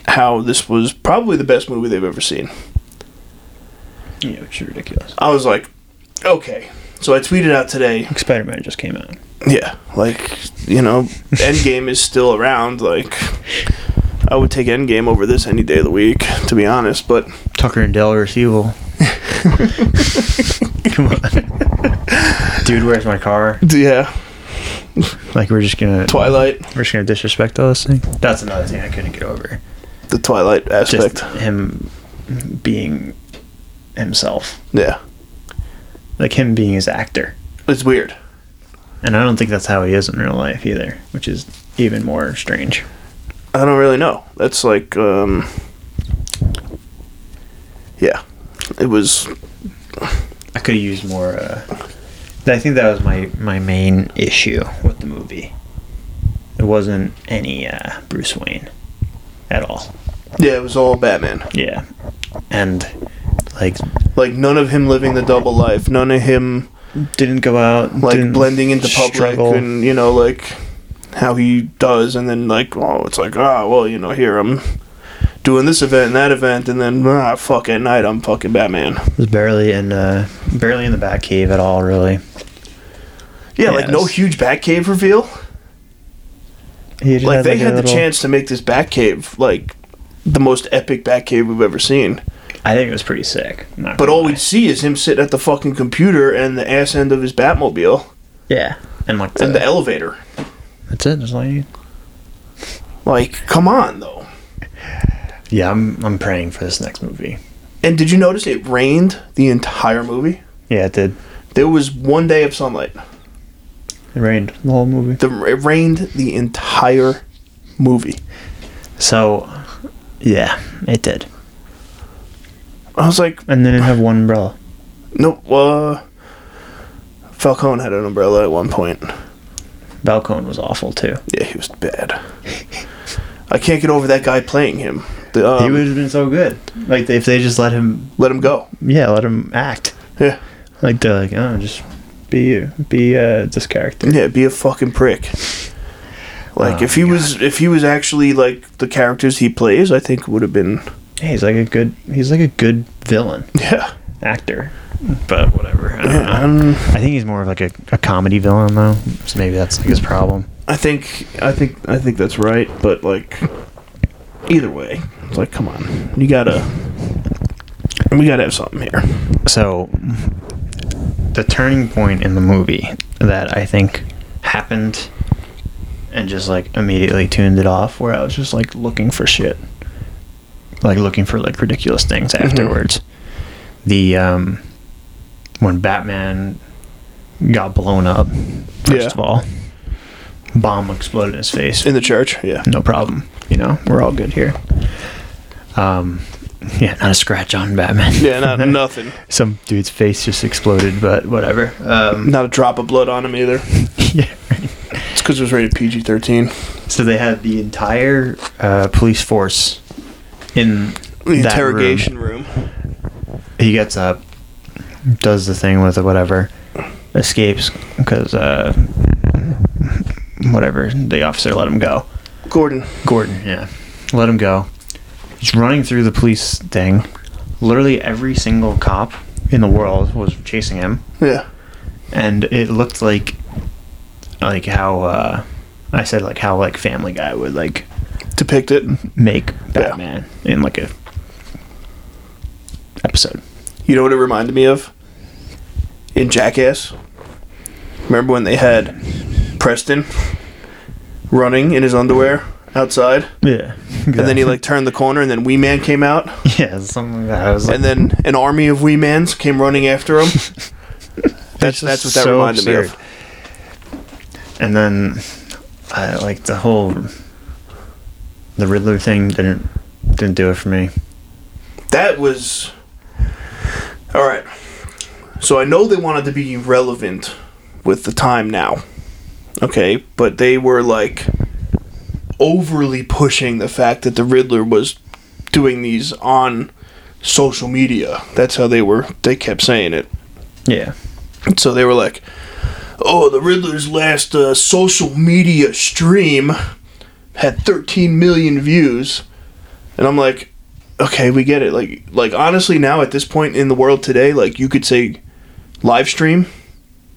[SPEAKER 1] how this was probably the best movie they've ever seen.
[SPEAKER 3] Yeah, which is ridiculous.
[SPEAKER 1] I was like, okay. So I tweeted out today,
[SPEAKER 3] Spider Man just came out.
[SPEAKER 1] yeah, like you know, Endgame is still around. Like, I would take Endgame over this any day of the week, to be honest. But
[SPEAKER 5] Tucker and Dale are evil.
[SPEAKER 3] Come on, dude, where's my car?
[SPEAKER 1] yeah,
[SPEAKER 3] Like we're just gonna
[SPEAKER 1] Twilight.
[SPEAKER 3] we're just gonna disrespect all this thing. That's another thing I couldn't get over.
[SPEAKER 1] the Twilight aspect.
[SPEAKER 3] Just him being himself,
[SPEAKER 1] yeah,
[SPEAKER 3] like him being his actor.
[SPEAKER 1] it's weird.
[SPEAKER 3] And I don't think that's how he is in real life either, which is even more strange.
[SPEAKER 1] I don't really know. That's like, um, yeah, it was.
[SPEAKER 3] I could have used more. Uh, I think that was my my main issue with the movie. There wasn't any uh, Bruce Wayne at all.
[SPEAKER 1] Yeah, it was all Batman.
[SPEAKER 3] Yeah, and like
[SPEAKER 1] Like none of him living the double life. None of him
[SPEAKER 3] didn't go out
[SPEAKER 1] like
[SPEAKER 3] didn't
[SPEAKER 1] blending into public
[SPEAKER 3] struggle.
[SPEAKER 1] and you know like how he does, and then like oh it's like ah well you know here I'm doing this event and that event, and then ah fuck at night I'm fucking Batman.
[SPEAKER 3] was barely in uh, barely in the Batcave at all. Really,
[SPEAKER 1] Yeah, like no
[SPEAKER 3] Yes.
[SPEAKER 1] huge Batcave reveal.
[SPEAKER 3] he just
[SPEAKER 1] like they
[SPEAKER 3] a
[SPEAKER 1] had the
[SPEAKER 3] little-
[SPEAKER 1] chance to make this Batcave like the most epic Batcave we've ever seen.
[SPEAKER 3] I think it was pretty sick. I'm not
[SPEAKER 1] But
[SPEAKER 3] gonna
[SPEAKER 1] all
[SPEAKER 3] lie.
[SPEAKER 1] we see is him sitting at the fucking computer and the ass end of his Batmobile
[SPEAKER 3] yeah, and like
[SPEAKER 1] and
[SPEAKER 3] the-
[SPEAKER 1] the elevator.
[SPEAKER 3] that's it. That's all you need.
[SPEAKER 1] Like, come on though.
[SPEAKER 3] Yeah, I'm I'm praying for this next movie.
[SPEAKER 1] And did you notice it rained the entire movie?
[SPEAKER 3] Yeah, it did.
[SPEAKER 1] There was one day of sunlight.
[SPEAKER 3] It rained the whole movie.
[SPEAKER 1] The, it rained the entire movie.
[SPEAKER 3] So, yeah, it did.
[SPEAKER 1] I was like,
[SPEAKER 3] And they didn't have one umbrella.
[SPEAKER 1] Nope. Uh, Falcone had an umbrella at one point.
[SPEAKER 7] Balcone was awful too.
[SPEAKER 1] Yeah, he was bad. I can't get over that guy playing him. The, um,
[SPEAKER 3] he would have been so good. Like if they just let him,
[SPEAKER 1] let him go.
[SPEAKER 3] yeah, let him act.
[SPEAKER 1] Yeah.
[SPEAKER 3] Like they're like, oh, just be you, be uh, this character.
[SPEAKER 1] Yeah, be a fucking prick. Like if he was if he was actually like the characters he plays, I think would have been
[SPEAKER 3] Yeah, he's like a good, he's like a good villain
[SPEAKER 1] yeah.
[SPEAKER 3] actor. But whatever. I, don't know.
[SPEAKER 1] Um,
[SPEAKER 3] I think he's more of like a, a comedy villain though, so maybe that's like his problem.
[SPEAKER 1] I think I think I think that's right, but like either way, it's like come on. You got to we got to have something here.
[SPEAKER 3] So, the turning point in the movie that I think happened and just like immediately tuned it off, where I was just like looking for shit, like looking for like ridiculous things
[SPEAKER 1] Mm-hmm.
[SPEAKER 3] afterwards. The um, when Batman got blown up, first
[SPEAKER 1] Yeah.
[SPEAKER 3] of all, bomb exploded in his face
[SPEAKER 1] In the church, yeah.
[SPEAKER 3] no problem. You know, we're all good here. Um, yeah, not a scratch on Batman.
[SPEAKER 1] Yeah, not nothing.
[SPEAKER 3] Some dude's face just exploded, but whatever. Um,
[SPEAKER 1] Not a drop of blood on him either.
[SPEAKER 3] yeah.
[SPEAKER 1] It's cuz it was rated PG-13.
[SPEAKER 3] So they had the entire uh, police force in
[SPEAKER 1] The
[SPEAKER 3] that
[SPEAKER 1] interrogation room.
[SPEAKER 3] room. He gets up, does the thing with it, whatever, escapes because uh, whatever the officer let him go.
[SPEAKER 1] Gordon.
[SPEAKER 3] Gordon, yeah. Let him go. He's running through the police thing. Literally every single cop in the world was chasing him,
[SPEAKER 1] Yeah.
[SPEAKER 3] and it looked like like how uh, I said like how like Family Guy would like
[SPEAKER 1] Depict it.
[SPEAKER 3] make Batman in like a episode.
[SPEAKER 1] You know what it reminded me of? In Jackass. Remember when they had Preston running in his underwear outside?
[SPEAKER 3] Yeah,
[SPEAKER 1] And then he like turned the corner and then Wee Man came out.
[SPEAKER 3] yeah something like that. I was like,
[SPEAKER 1] And then an army of Wee Mans came running after him. that's that's
[SPEAKER 3] It's
[SPEAKER 1] what
[SPEAKER 3] just
[SPEAKER 1] that
[SPEAKER 3] so
[SPEAKER 1] reminded me
[SPEAKER 3] absurd. and then I like the whole the Riddler thing didn't didn't do it for me.
[SPEAKER 1] of. That was Alright. So I know they wanted to be relevant with the time now. Okay, but they were like overly pushing the fact that the Riddler was doing these on social media. That's how they were they kept saying it.
[SPEAKER 3] Yeah.
[SPEAKER 1] So they were like, "Oh, the Riddler's last uh, social media stream had 13 million views," and I'm like, "Okay, we get it." Like, like honestly, now at this point in the world today, like you could say live stream,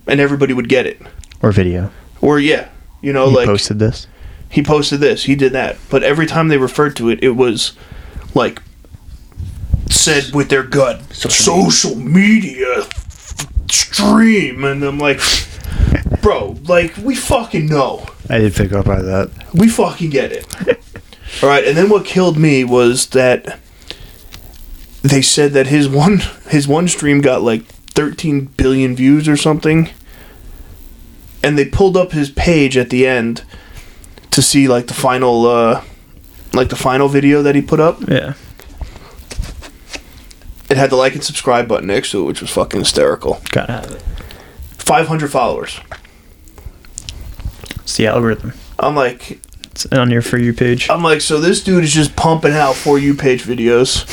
[SPEAKER 1] and everybody would get it.
[SPEAKER 3] Or video.
[SPEAKER 1] Or yeah, you know,
[SPEAKER 3] He
[SPEAKER 1] like
[SPEAKER 3] posted this.
[SPEAKER 1] he posted this, he did that, but every time they referred to it, it was like said with their gut social media f- stream and i'm like bro like we fucking know
[SPEAKER 3] I did pick up by that.
[SPEAKER 1] we fucking get it all right and then what killed me was that they said that his one his one stream got like 13 billion views or something and they pulled up his page at the end to see like the final uh like the final video that he put up
[SPEAKER 3] Yeah.
[SPEAKER 1] it had the like and subscribe button next to it which was fucking hysterical
[SPEAKER 3] Gotta have it.
[SPEAKER 1] 500 followers
[SPEAKER 3] It's the algorithm.
[SPEAKER 1] i'm like
[SPEAKER 3] It's on your for you page.
[SPEAKER 1] i'm like so this dude is just pumping out for you page videos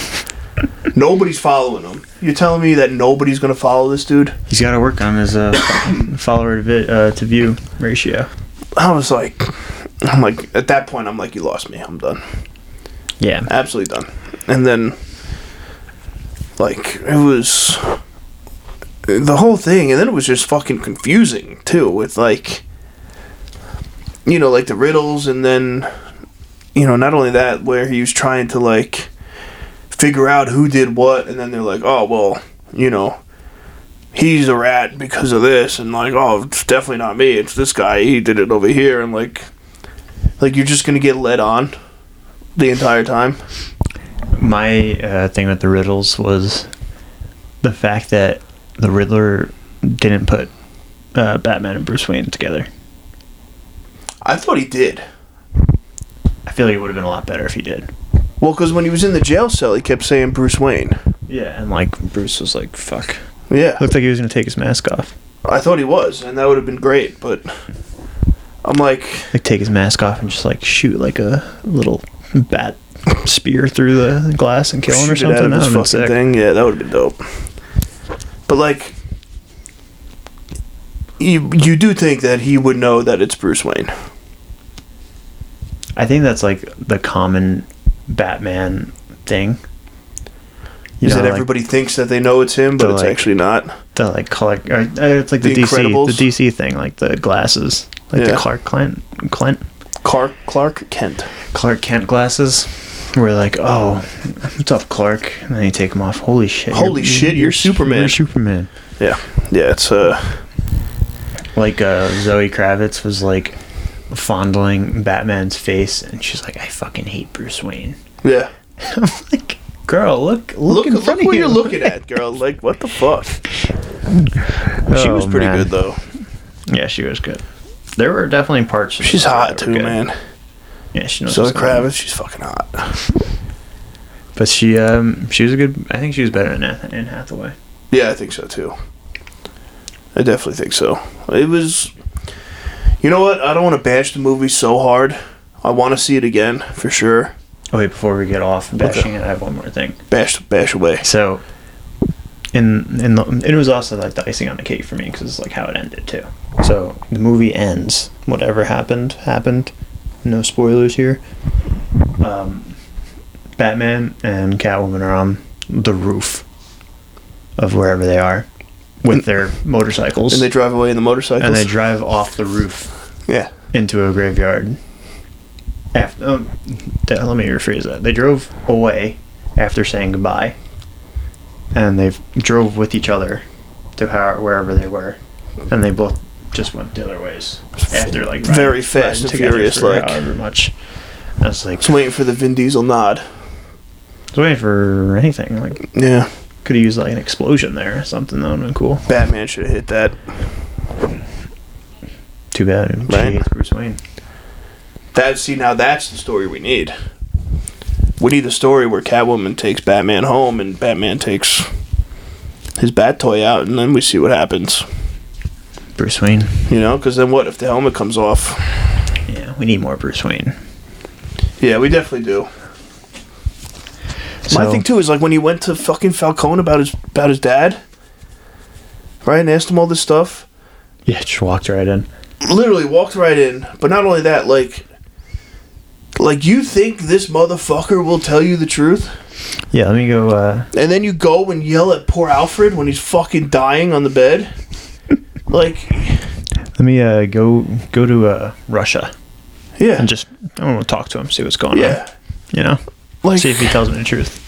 [SPEAKER 1] nobody's following him you're telling me that nobody's gonna follow this dude
[SPEAKER 3] He's gotta work on his uh, follower to, vi- uh, to view ratio.
[SPEAKER 1] I was like, I'm like, at that point, I'm like, you lost me. I'm done.
[SPEAKER 3] Yeah.
[SPEAKER 1] Absolutely done. And then, like, it was the whole thing. And then it was just fucking confusing, too, with like, you know, like the riddles. And then, you know, not only that, where he was trying to, like, figure out who did what. And then they're like, oh, well, you know, he's a rat because of this. And, like, oh, it's definitely not me. It's this guy. He did it over here. And, like, like you're just gonna get led on the entire time.
[SPEAKER 3] My uh, thing with the riddles was the fact that the Riddler didn't put uh, Batman and Bruce Wayne together.
[SPEAKER 1] I thought he did.
[SPEAKER 3] I feel like it would have been a lot better if he did.
[SPEAKER 1] Well, because when he was in the jail cell, he kept saying Bruce Wayne.
[SPEAKER 3] Yeah, and like Bruce was like, "Fuck,
[SPEAKER 1] Yeah,
[SPEAKER 3] Looked like he was going to take his mask off.
[SPEAKER 1] I thought he was, and that would have been great. But I'm like,
[SPEAKER 3] Like take his mask off and just like shoot like a little bat spear through the glass and kill him or
[SPEAKER 1] shoot it
[SPEAKER 3] something.
[SPEAKER 1] out of
[SPEAKER 3] That
[SPEAKER 1] this fucking
[SPEAKER 3] would've been sick.
[SPEAKER 1] thing. Yeah, that would have been dope. But like, you you do think that he would know that it's Bruce Wayne?
[SPEAKER 3] I think that's like the common Batman thing. You
[SPEAKER 1] Is
[SPEAKER 3] know,
[SPEAKER 1] that
[SPEAKER 3] like,
[SPEAKER 1] everybody thinks that they know it's him, but
[SPEAKER 3] the,
[SPEAKER 1] it's
[SPEAKER 3] like-
[SPEAKER 1] actually not?
[SPEAKER 3] the like collect. Or, uh, it's like the,
[SPEAKER 1] The Incredibles?
[SPEAKER 3] DC, the DC thing, like the glasses, like
[SPEAKER 1] Yeah.
[SPEAKER 3] the Clark Clint, Clint,
[SPEAKER 1] Clark Clark Kent.
[SPEAKER 3] Clark Kent glasses. We're like, oh, what's up, Clark? And then you take them off. Holy shit!
[SPEAKER 1] Holy shit, you're Superman.
[SPEAKER 3] You're Superman.
[SPEAKER 1] Yeah, yeah. It's uh,
[SPEAKER 3] Like uh, Zoe Kravitz was like fondling Batman's face, and she's like, I fucking hate Bruce Wayne.
[SPEAKER 1] yeah.
[SPEAKER 3] I'm like, girl, look, look,
[SPEAKER 1] Look,
[SPEAKER 3] in
[SPEAKER 1] look,
[SPEAKER 3] front of
[SPEAKER 1] what
[SPEAKER 3] you.
[SPEAKER 1] you're looking at, girl. Like, what the fuck? she was
[SPEAKER 3] Oh,
[SPEAKER 1] pretty
[SPEAKER 3] man.
[SPEAKER 1] good though.
[SPEAKER 3] Yeah, she was good. There were definitely parts. of
[SPEAKER 1] She's
[SPEAKER 3] the show
[SPEAKER 1] hot
[SPEAKER 3] that were
[SPEAKER 1] too,
[SPEAKER 3] good.
[SPEAKER 1] man.
[SPEAKER 3] Yeah, she knows.
[SPEAKER 1] Zoe
[SPEAKER 3] what's going on.
[SPEAKER 1] Kravitz, she's fucking hot.
[SPEAKER 3] But she, um, she was a good. I think she was better than Anne Anne Hathaway.
[SPEAKER 1] Yeah, I think so too. I definitely think so. It was. You know what? I don't want to bash the movie so hard. I want to see it again for sure.
[SPEAKER 3] Oh wait, before we get off bashing it, I have one more thing.
[SPEAKER 1] Bash, bash away.
[SPEAKER 3] So, in in the, it was also like the icing on the cake for me because it's like how it ended too. So the movie ends. Whatever happened happened. No spoilers here. Um, Batman and Catwoman are on the roof of wherever they are with their motorcycles,
[SPEAKER 1] And they drive away in the motorcycles.
[SPEAKER 3] and they drive off the roof
[SPEAKER 1] yeah.
[SPEAKER 3] into a graveyard. After, um, th- let me rephrase that. They drove away after saying goodbye, and they drove with each other to how, wherever they were, and they both just went their other ways after like
[SPEAKER 1] Very fast and
[SPEAKER 3] together
[SPEAKER 1] furious,
[SPEAKER 3] for
[SPEAKER 1] like.
[SPEAKER 3] however much. I was like,
[SPEAKER 1] Just waiting for the Vin Diesel nod.
[SPEAKER 3] I was waiting for anything. Like,
[SPEAKER 1] Yeah.
[SPEAKER 3] could have used like an explosion there or something. That would have been cool.
[SPEAKER 1] Batman should have hit that.
[SPEAKER 3] Too bad.
[SPEAKER 1] Right.
[SPEAKER 3] She hates Bruce Wayne.
[SPEAKER 1] That see now that's the story we need. We need a story where Catwoman takes Batman home and Batman takes his bat toy out, and then we see what happens.
[SPEAKER 3] Bruce Wayne.
[SPEAKER 1] You know, because then what if the helmet comes off?
[SPEAKER 3] Yeah, we need more Bruce Wayne.
[SPEAKER 1] Yeah, we definitely do. My
[SPEAKER 3] So-
[SPEAKER 1] thing too is like when he went to fucking Falcone about his about his dad, right, and asked him all this stuff.
[SPEAKER 3] Yeah, just walked right in.
[SPEAKER 1] Literally walked right in. But not only that, like, like you think this motherfucker will tell you the truth?
[SPEAKER 3] Yeah, let me go. uh
[SPEAKER 1] And then you go and yell at poor Alfred when he's fucking dying on the bed. like,
[SPEAKER 3] Let me uh, go go to uh, Russia
[SPEAKER 1] yeah,
[SPEAKER 3] and just I want to talk to him, see what's going on.
[SPEAKER 1] yeah,
[SPEAKER 3] You know,
[SPEAKER 1] like,
[SPEAKER 3] see if he tells me the truth.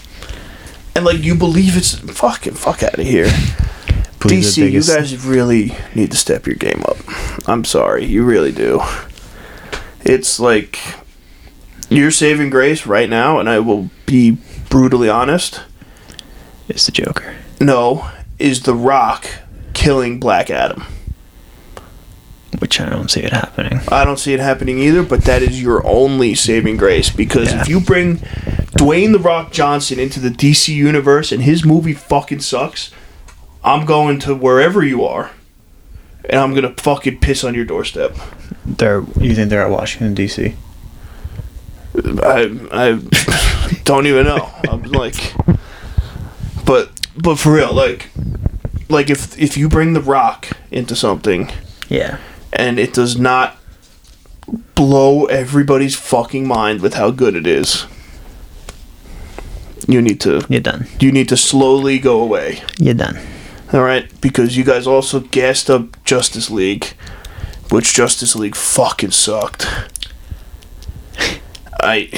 [SPEAKER 1] and like you believe it's fucking fuck out of here.
[SPEAKER 3] Please,
[SPEAKER 1] DC,
[SPEAKER 3] the
[SPEAKER 1] you
[SPEAKER 3] biggest-
[SPEAKER 1] guys really need to step your game up. I'm sorry, you really do. It's like you're saving grace right now, and I will be brutally honest.
[SPEAKER 3] It's the Joker.
[SPEAKER 1] No, is The Rock killing Black Adam?
[SPEAKER 3] Which I don't see it happening.
[SPEAKER 1] I don't see it happening either, but that is your only saving grace because
[SPEAKER 3] Yeah.
[SPEAKER 1] if you bring Dwayne The Rock Johnson into the DC universe and his movie fucking sucks, I'm going to wherever you are and I'm going to fucking piss on your doorstep.
[SPEAKER 3] They're you think they're at Washington D.C.
[SPEAKER 1] I I don't even know. I'm like but but for real, like like if if you bring The Rock into something
[SPEAKER 3] Yeah,
[SPEAKER 1] and it does not blow everybody's fucking mind with how good it is. You need to
[SPEAKER 3] you're done.
[SPEAKER 1] you need to slowly go away.
[SPEAKER 3] You're done.
[SPEAKER 1] All right? Because you guys also gassed up Justice League, which Justice League fucking sucked. I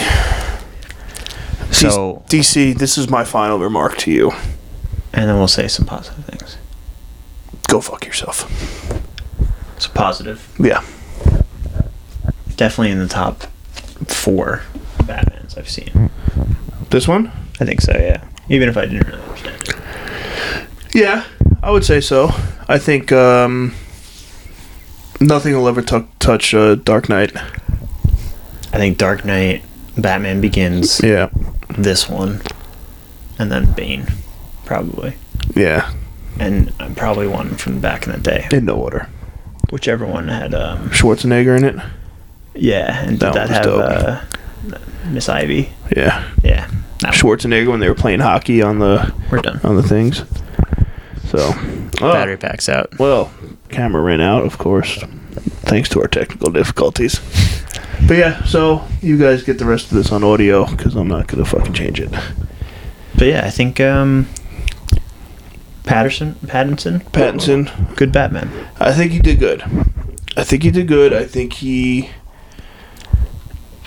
[SPEAKER 3] So-
[SPEAKER 1] DC, this is my final remark to you.
[SPEAKER 3] And then we'll say some positive things.
[SPEAKER 1] Go fuck yourself.
[SPEAKER 3] So positive,
[SPEAKER 1] Yeah.
[SPEAKER 3] definitely in the top four Batman's I've seen.
[SPEAKER 1] This one?
[SPEAKER 3] I think so. Yeah, even if I didn't really understand it.
[SPEAKER 1] Yeah, I would say so. I think um, nothing will ever tuck touch uh, Dark Knight.
[SPEAKER 3] I think Dark Knight, Batman Begins,
[SPEAKER 1] Yeah,
[SPEAKER 3] this one, and then Bane, probably.
[SPEAKER 1] yeah.
[SPEAKER 3] and uh, probably one from back in the day,
[SPEAKER 1] In no order.
[SPEAKER 3] whichever one had. Um,
[SPEAKER 1] Schwarzenegger in it.
[SPEAKER 3] yeah, and
[SPEAKER 1] That
[SPEAKER 3] did that
[SPEAKER 1] one's
[SPEAKER 3] have
[SPEAKER 1] dope.
[SPEAKER 3] uh, Miss Ivy?
[SPEAKER 1] Yeah.
[SPEAKER 3] Yeah, that one.
[SPEAKER 1] Schwarzenegger when they were playing hockey on the
[SPEAKER 3] we're done.
[SPEAKER 1] on the things. So. Oh,
[SPEAKER 2] Battery pack's out.
[SPEAKER 1] Well, camera ran out, of course, thanks to our technical difficulties. But yeah, so you guys get the rest of this on audio because I'm not gonna fucking change it.
[SPEAKER 3] But yeah, I think um, Patterson, Pattinson,
[SPEAKER 1] Pattinson,
[SPEAKER 3] good Batman.
[SPEAKER 1] I think he did good. I think he did good. I think he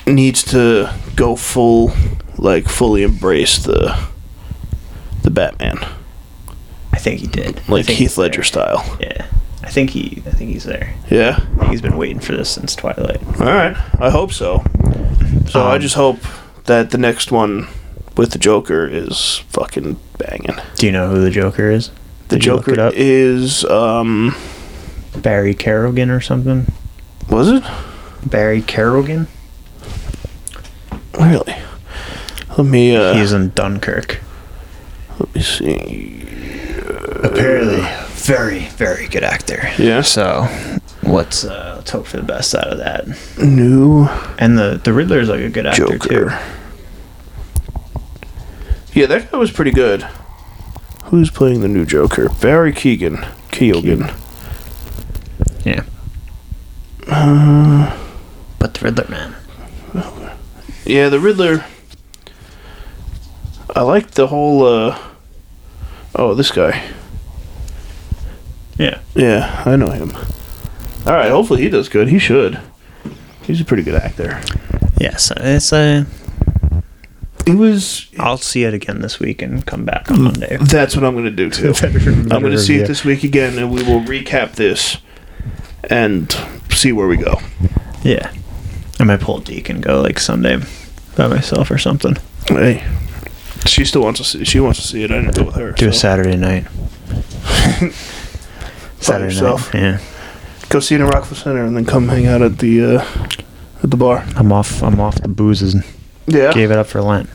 [SPEAKER 1] needs to go full, like fully embrace the the Batman,
[SPEAKER 3] I think he did. I
[SPEAKER 1] like Heath
[SPEAKER 3] think he's
[SPEAKER 1] Ledger style.
[SPEAKER 3] there. Yeah, I think he. I think he's there.
[SPEAKER 1] Yeah.
[SPEAKER 3] I think he's been waiting for this since Twilight.
[SPEAKER 1] All right. I hope so. So I
[SPEAKER 2] Um,
[SPEAKER 1] just hope that the next one with the Joker is fucking banging.
[SPEAKER 3] Do you know who the Joker is?
[SPEAKER 1] The
[SPEAKER 3] Did you look it
[SPEAKER 1] Joker
[SPEAKER 3] up?
[SPEAKER 1] is um
[SPEAKER 3] Barry Kerrigan or something?
[SPEAKER 1] was it?
[SPEAKER 3] Barry Kerrigan?
[SPEAKER 1] Really? Let me uh
[SPEAKER 3] He's in Dunkirk.
[SPEAKER 1] let me see.
[SPEAKER 3] Apparently, very, very good actor.
[SPEAKER 1] Yes.
[SPEAKER 3] So, let's, uh, let's hope for the best out of that.
[SPEAKER 1] New
[SPEAKER 3] And the the Riddler's like a good actor too.
[SPEAKER 1] Joker. Yeah, that guy was pretty good. Who's playing the new Joker? Barry Keegan. Keoghan.
[SPEAKER 2] Yeah.
[SPEAKER 1] Uh,
[SPEAKER 2] But the Riddler man.
[SPEAKER 1] yeah, the Riddler. I like the whole uh Oh, this guy.
[SPEAKER 3] Yeah.
[SPEAKER 1] Yeah, I know him. All right, hopefully he does good. He should. He's a pretty good actor.
[SPEAKER 3] Yes, it's a.
[SPEAKER 1] It was.
[SPEAKER 3] I'll see it again this week and come back on Monday.
[SPEAKER 1] That's what I'm going to do too. I'm going to see it
[SPEAKER 4] review.
[SPEAKER 1] this week again, and we will recap this and see where we go.
[SPEAKER 3] Yeah, I might pull a deke and go like Sunday by myself or something.
[SPEAKER 1] Hey, she still wants to see. She wants to see it. I didn't go with her.
[SPEAKER 3] Do a
[SPEAKER 1] so.
[SPEAKER 3] Saturday night. Saturday night.
[SPEAKER 1] yourself.
[SPEAKER 3] Yeah,
[SPEAKER 1] Go see it in Rockville Center, and then come hang out at the uh, at the bar.
[SPEAKER 3] I'm off. I'm off the boozes.
[SPEAKER 1] Yeah,
[SPEAKER 3] Gave it up for Lent,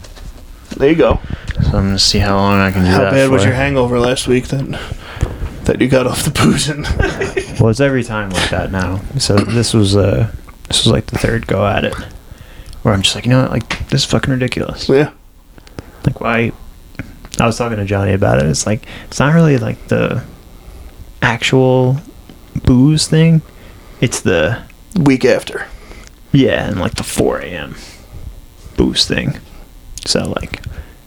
[SPEAKER 1] there you go.
[SPEAKER 2] So I'm gonna see how long I can do
[SPEAKER 1] How
[SPEAKER 2] that.
[SPEAKER 1] bad was
[SPEAKER 2] for.
[SPEAKER 1] your hangover last week that that you got off the booze and
[SPEAKER 3] Well, it's every time like that now. So this was uh this was like the third go at it, where I'm just like, you know what, like this is fucking ridiculous.
[SPEAKER 1] yeah,
[SPEAKER 3] Like why? I was talking to Johnny about it. It's like it's not really like the actual booze thing. It's the
[SPEAKER 1] week after.
[SPEAKER 3] yeah, and like the 4 a.m. booze thing. So like,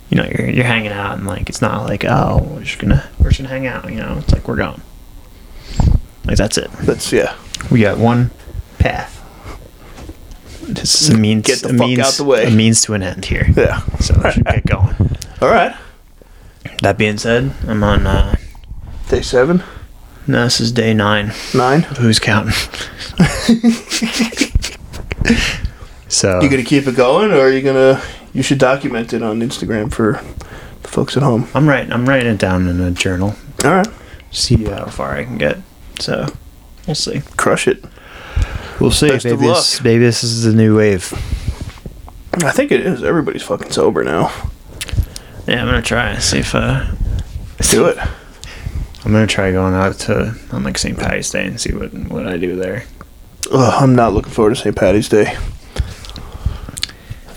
[SPEAKER 3] you know, you're you're hanging out and like it's not like oh we're just gonna we're just gonna hang out. You know, it's like we're going. Like that's it.
[SPEAKER 1] That's yeah.
[SPEAKER 3] We got one path. This is a means,
[SPEAKER 1] Get the
[SPEAKER 3] a
[SPEAKER 1] fuck
[SPEAKER 3] means,
[SPEAKER 1] out the way.
[SPEAKER 3] A means to an end here.
[SPEAKER 1] Yeah.
[SPEAKER 3] So we should get going.
[SPEAKER 1] All right.
[SPEAKER 3] That being said, I'm on. Uh,
[SPEAKER 1] Day seven,
[SPEAKER 3] no, this is day nine.
[SPEAKER 1] nine.
[SPEAKER 3] Who's counting? so
[SPEAKER 1] You gonna keep it going, or are you gonna? You should document it on Instagram for the folks at home.
[SPEAKER 3] I'm writing. I'm writing it down in a journal.
[SPEAKER 1] All right,
[SPEAKER 3] See how far I can get. So we'll see.
[SPEAKER 1] crush it.
[SPEAKER 3] We'll see.
[SPEAKER 1] Best of
[SPEAKER 3] maybe this, maybe this is the new wave.
[SPEAKER 1] I think it is. Everybody's fucking sober now.
[SPEAKER 3] Yeah, I'm gonna try and see if uh,
[SPEAKER 1] Do it.
[SPEAKER 3] I'm gonna try going out to on like St. Patty's Day and see what what I do there.
[SPEAKER 1] Ugh, I'm not looking forward to St. Patty's Day.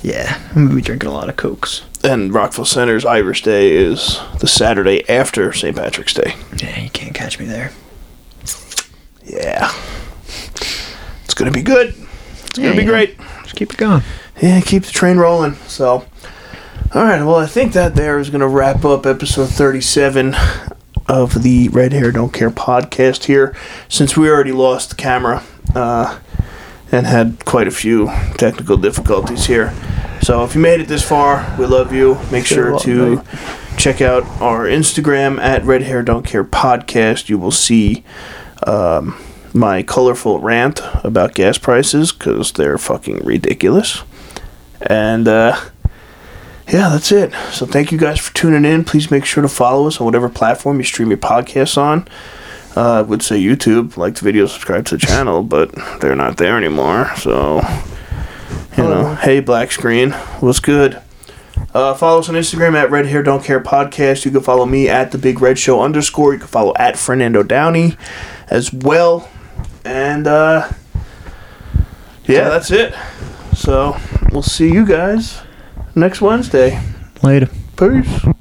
[SPEAKER 3] Yeah, I'm gonna be drinking a lot of cokes.
[SPEAKER 1] And Rockville Center's Irish Day is the Saturday after St. Patrick's Day.
[SPEAKER 3] Yeah, you can't catch me there.
[SPEAKER 1] Yeah, it's gonna be good. It's gonna be great.
[SPEAKER 3] Just keep it going.
[SPEAKER 1] Yeah, keep the train rolling. So, all right. Well, I think that there is going to wrap up episode 37 of the Red Hair Don't Care podcast here. Since we already lost the camera uh, and had quite a few technical difficulties here. So, if you made it this far, we love you. Make
[SPEAKER 3] Sure
[SPEAKER 1] sure
[SPEAKER 3] love
[SPEAKER 1] to
[SPEAKER 3] you.
[SPEAKER 1] check out our Instagram at Red Hair Don't Care podcast. You will see um, my colorful rant about gas prices because they're fucking ridiculous. And uh, yeah, that's it. So thank you guys for tuning in. Please make sure to follow us on whatever platform you stream your podcasts on. Uh, I would say YouTube, like the video, subscribe to the channel, but they're not there anymore. So, you know, hey, black screen, what's good? Uh, follow us on Instagram at Red Hair Don't Care Podcast. You can follow me at The Big Red Show underscore. You can follow at Fernando Downey as well. And uh, yeah, that's it. So we'll see you guys next Wednesday.
[SPEAKER 3] Later.
[SPEAKER 1] Peace.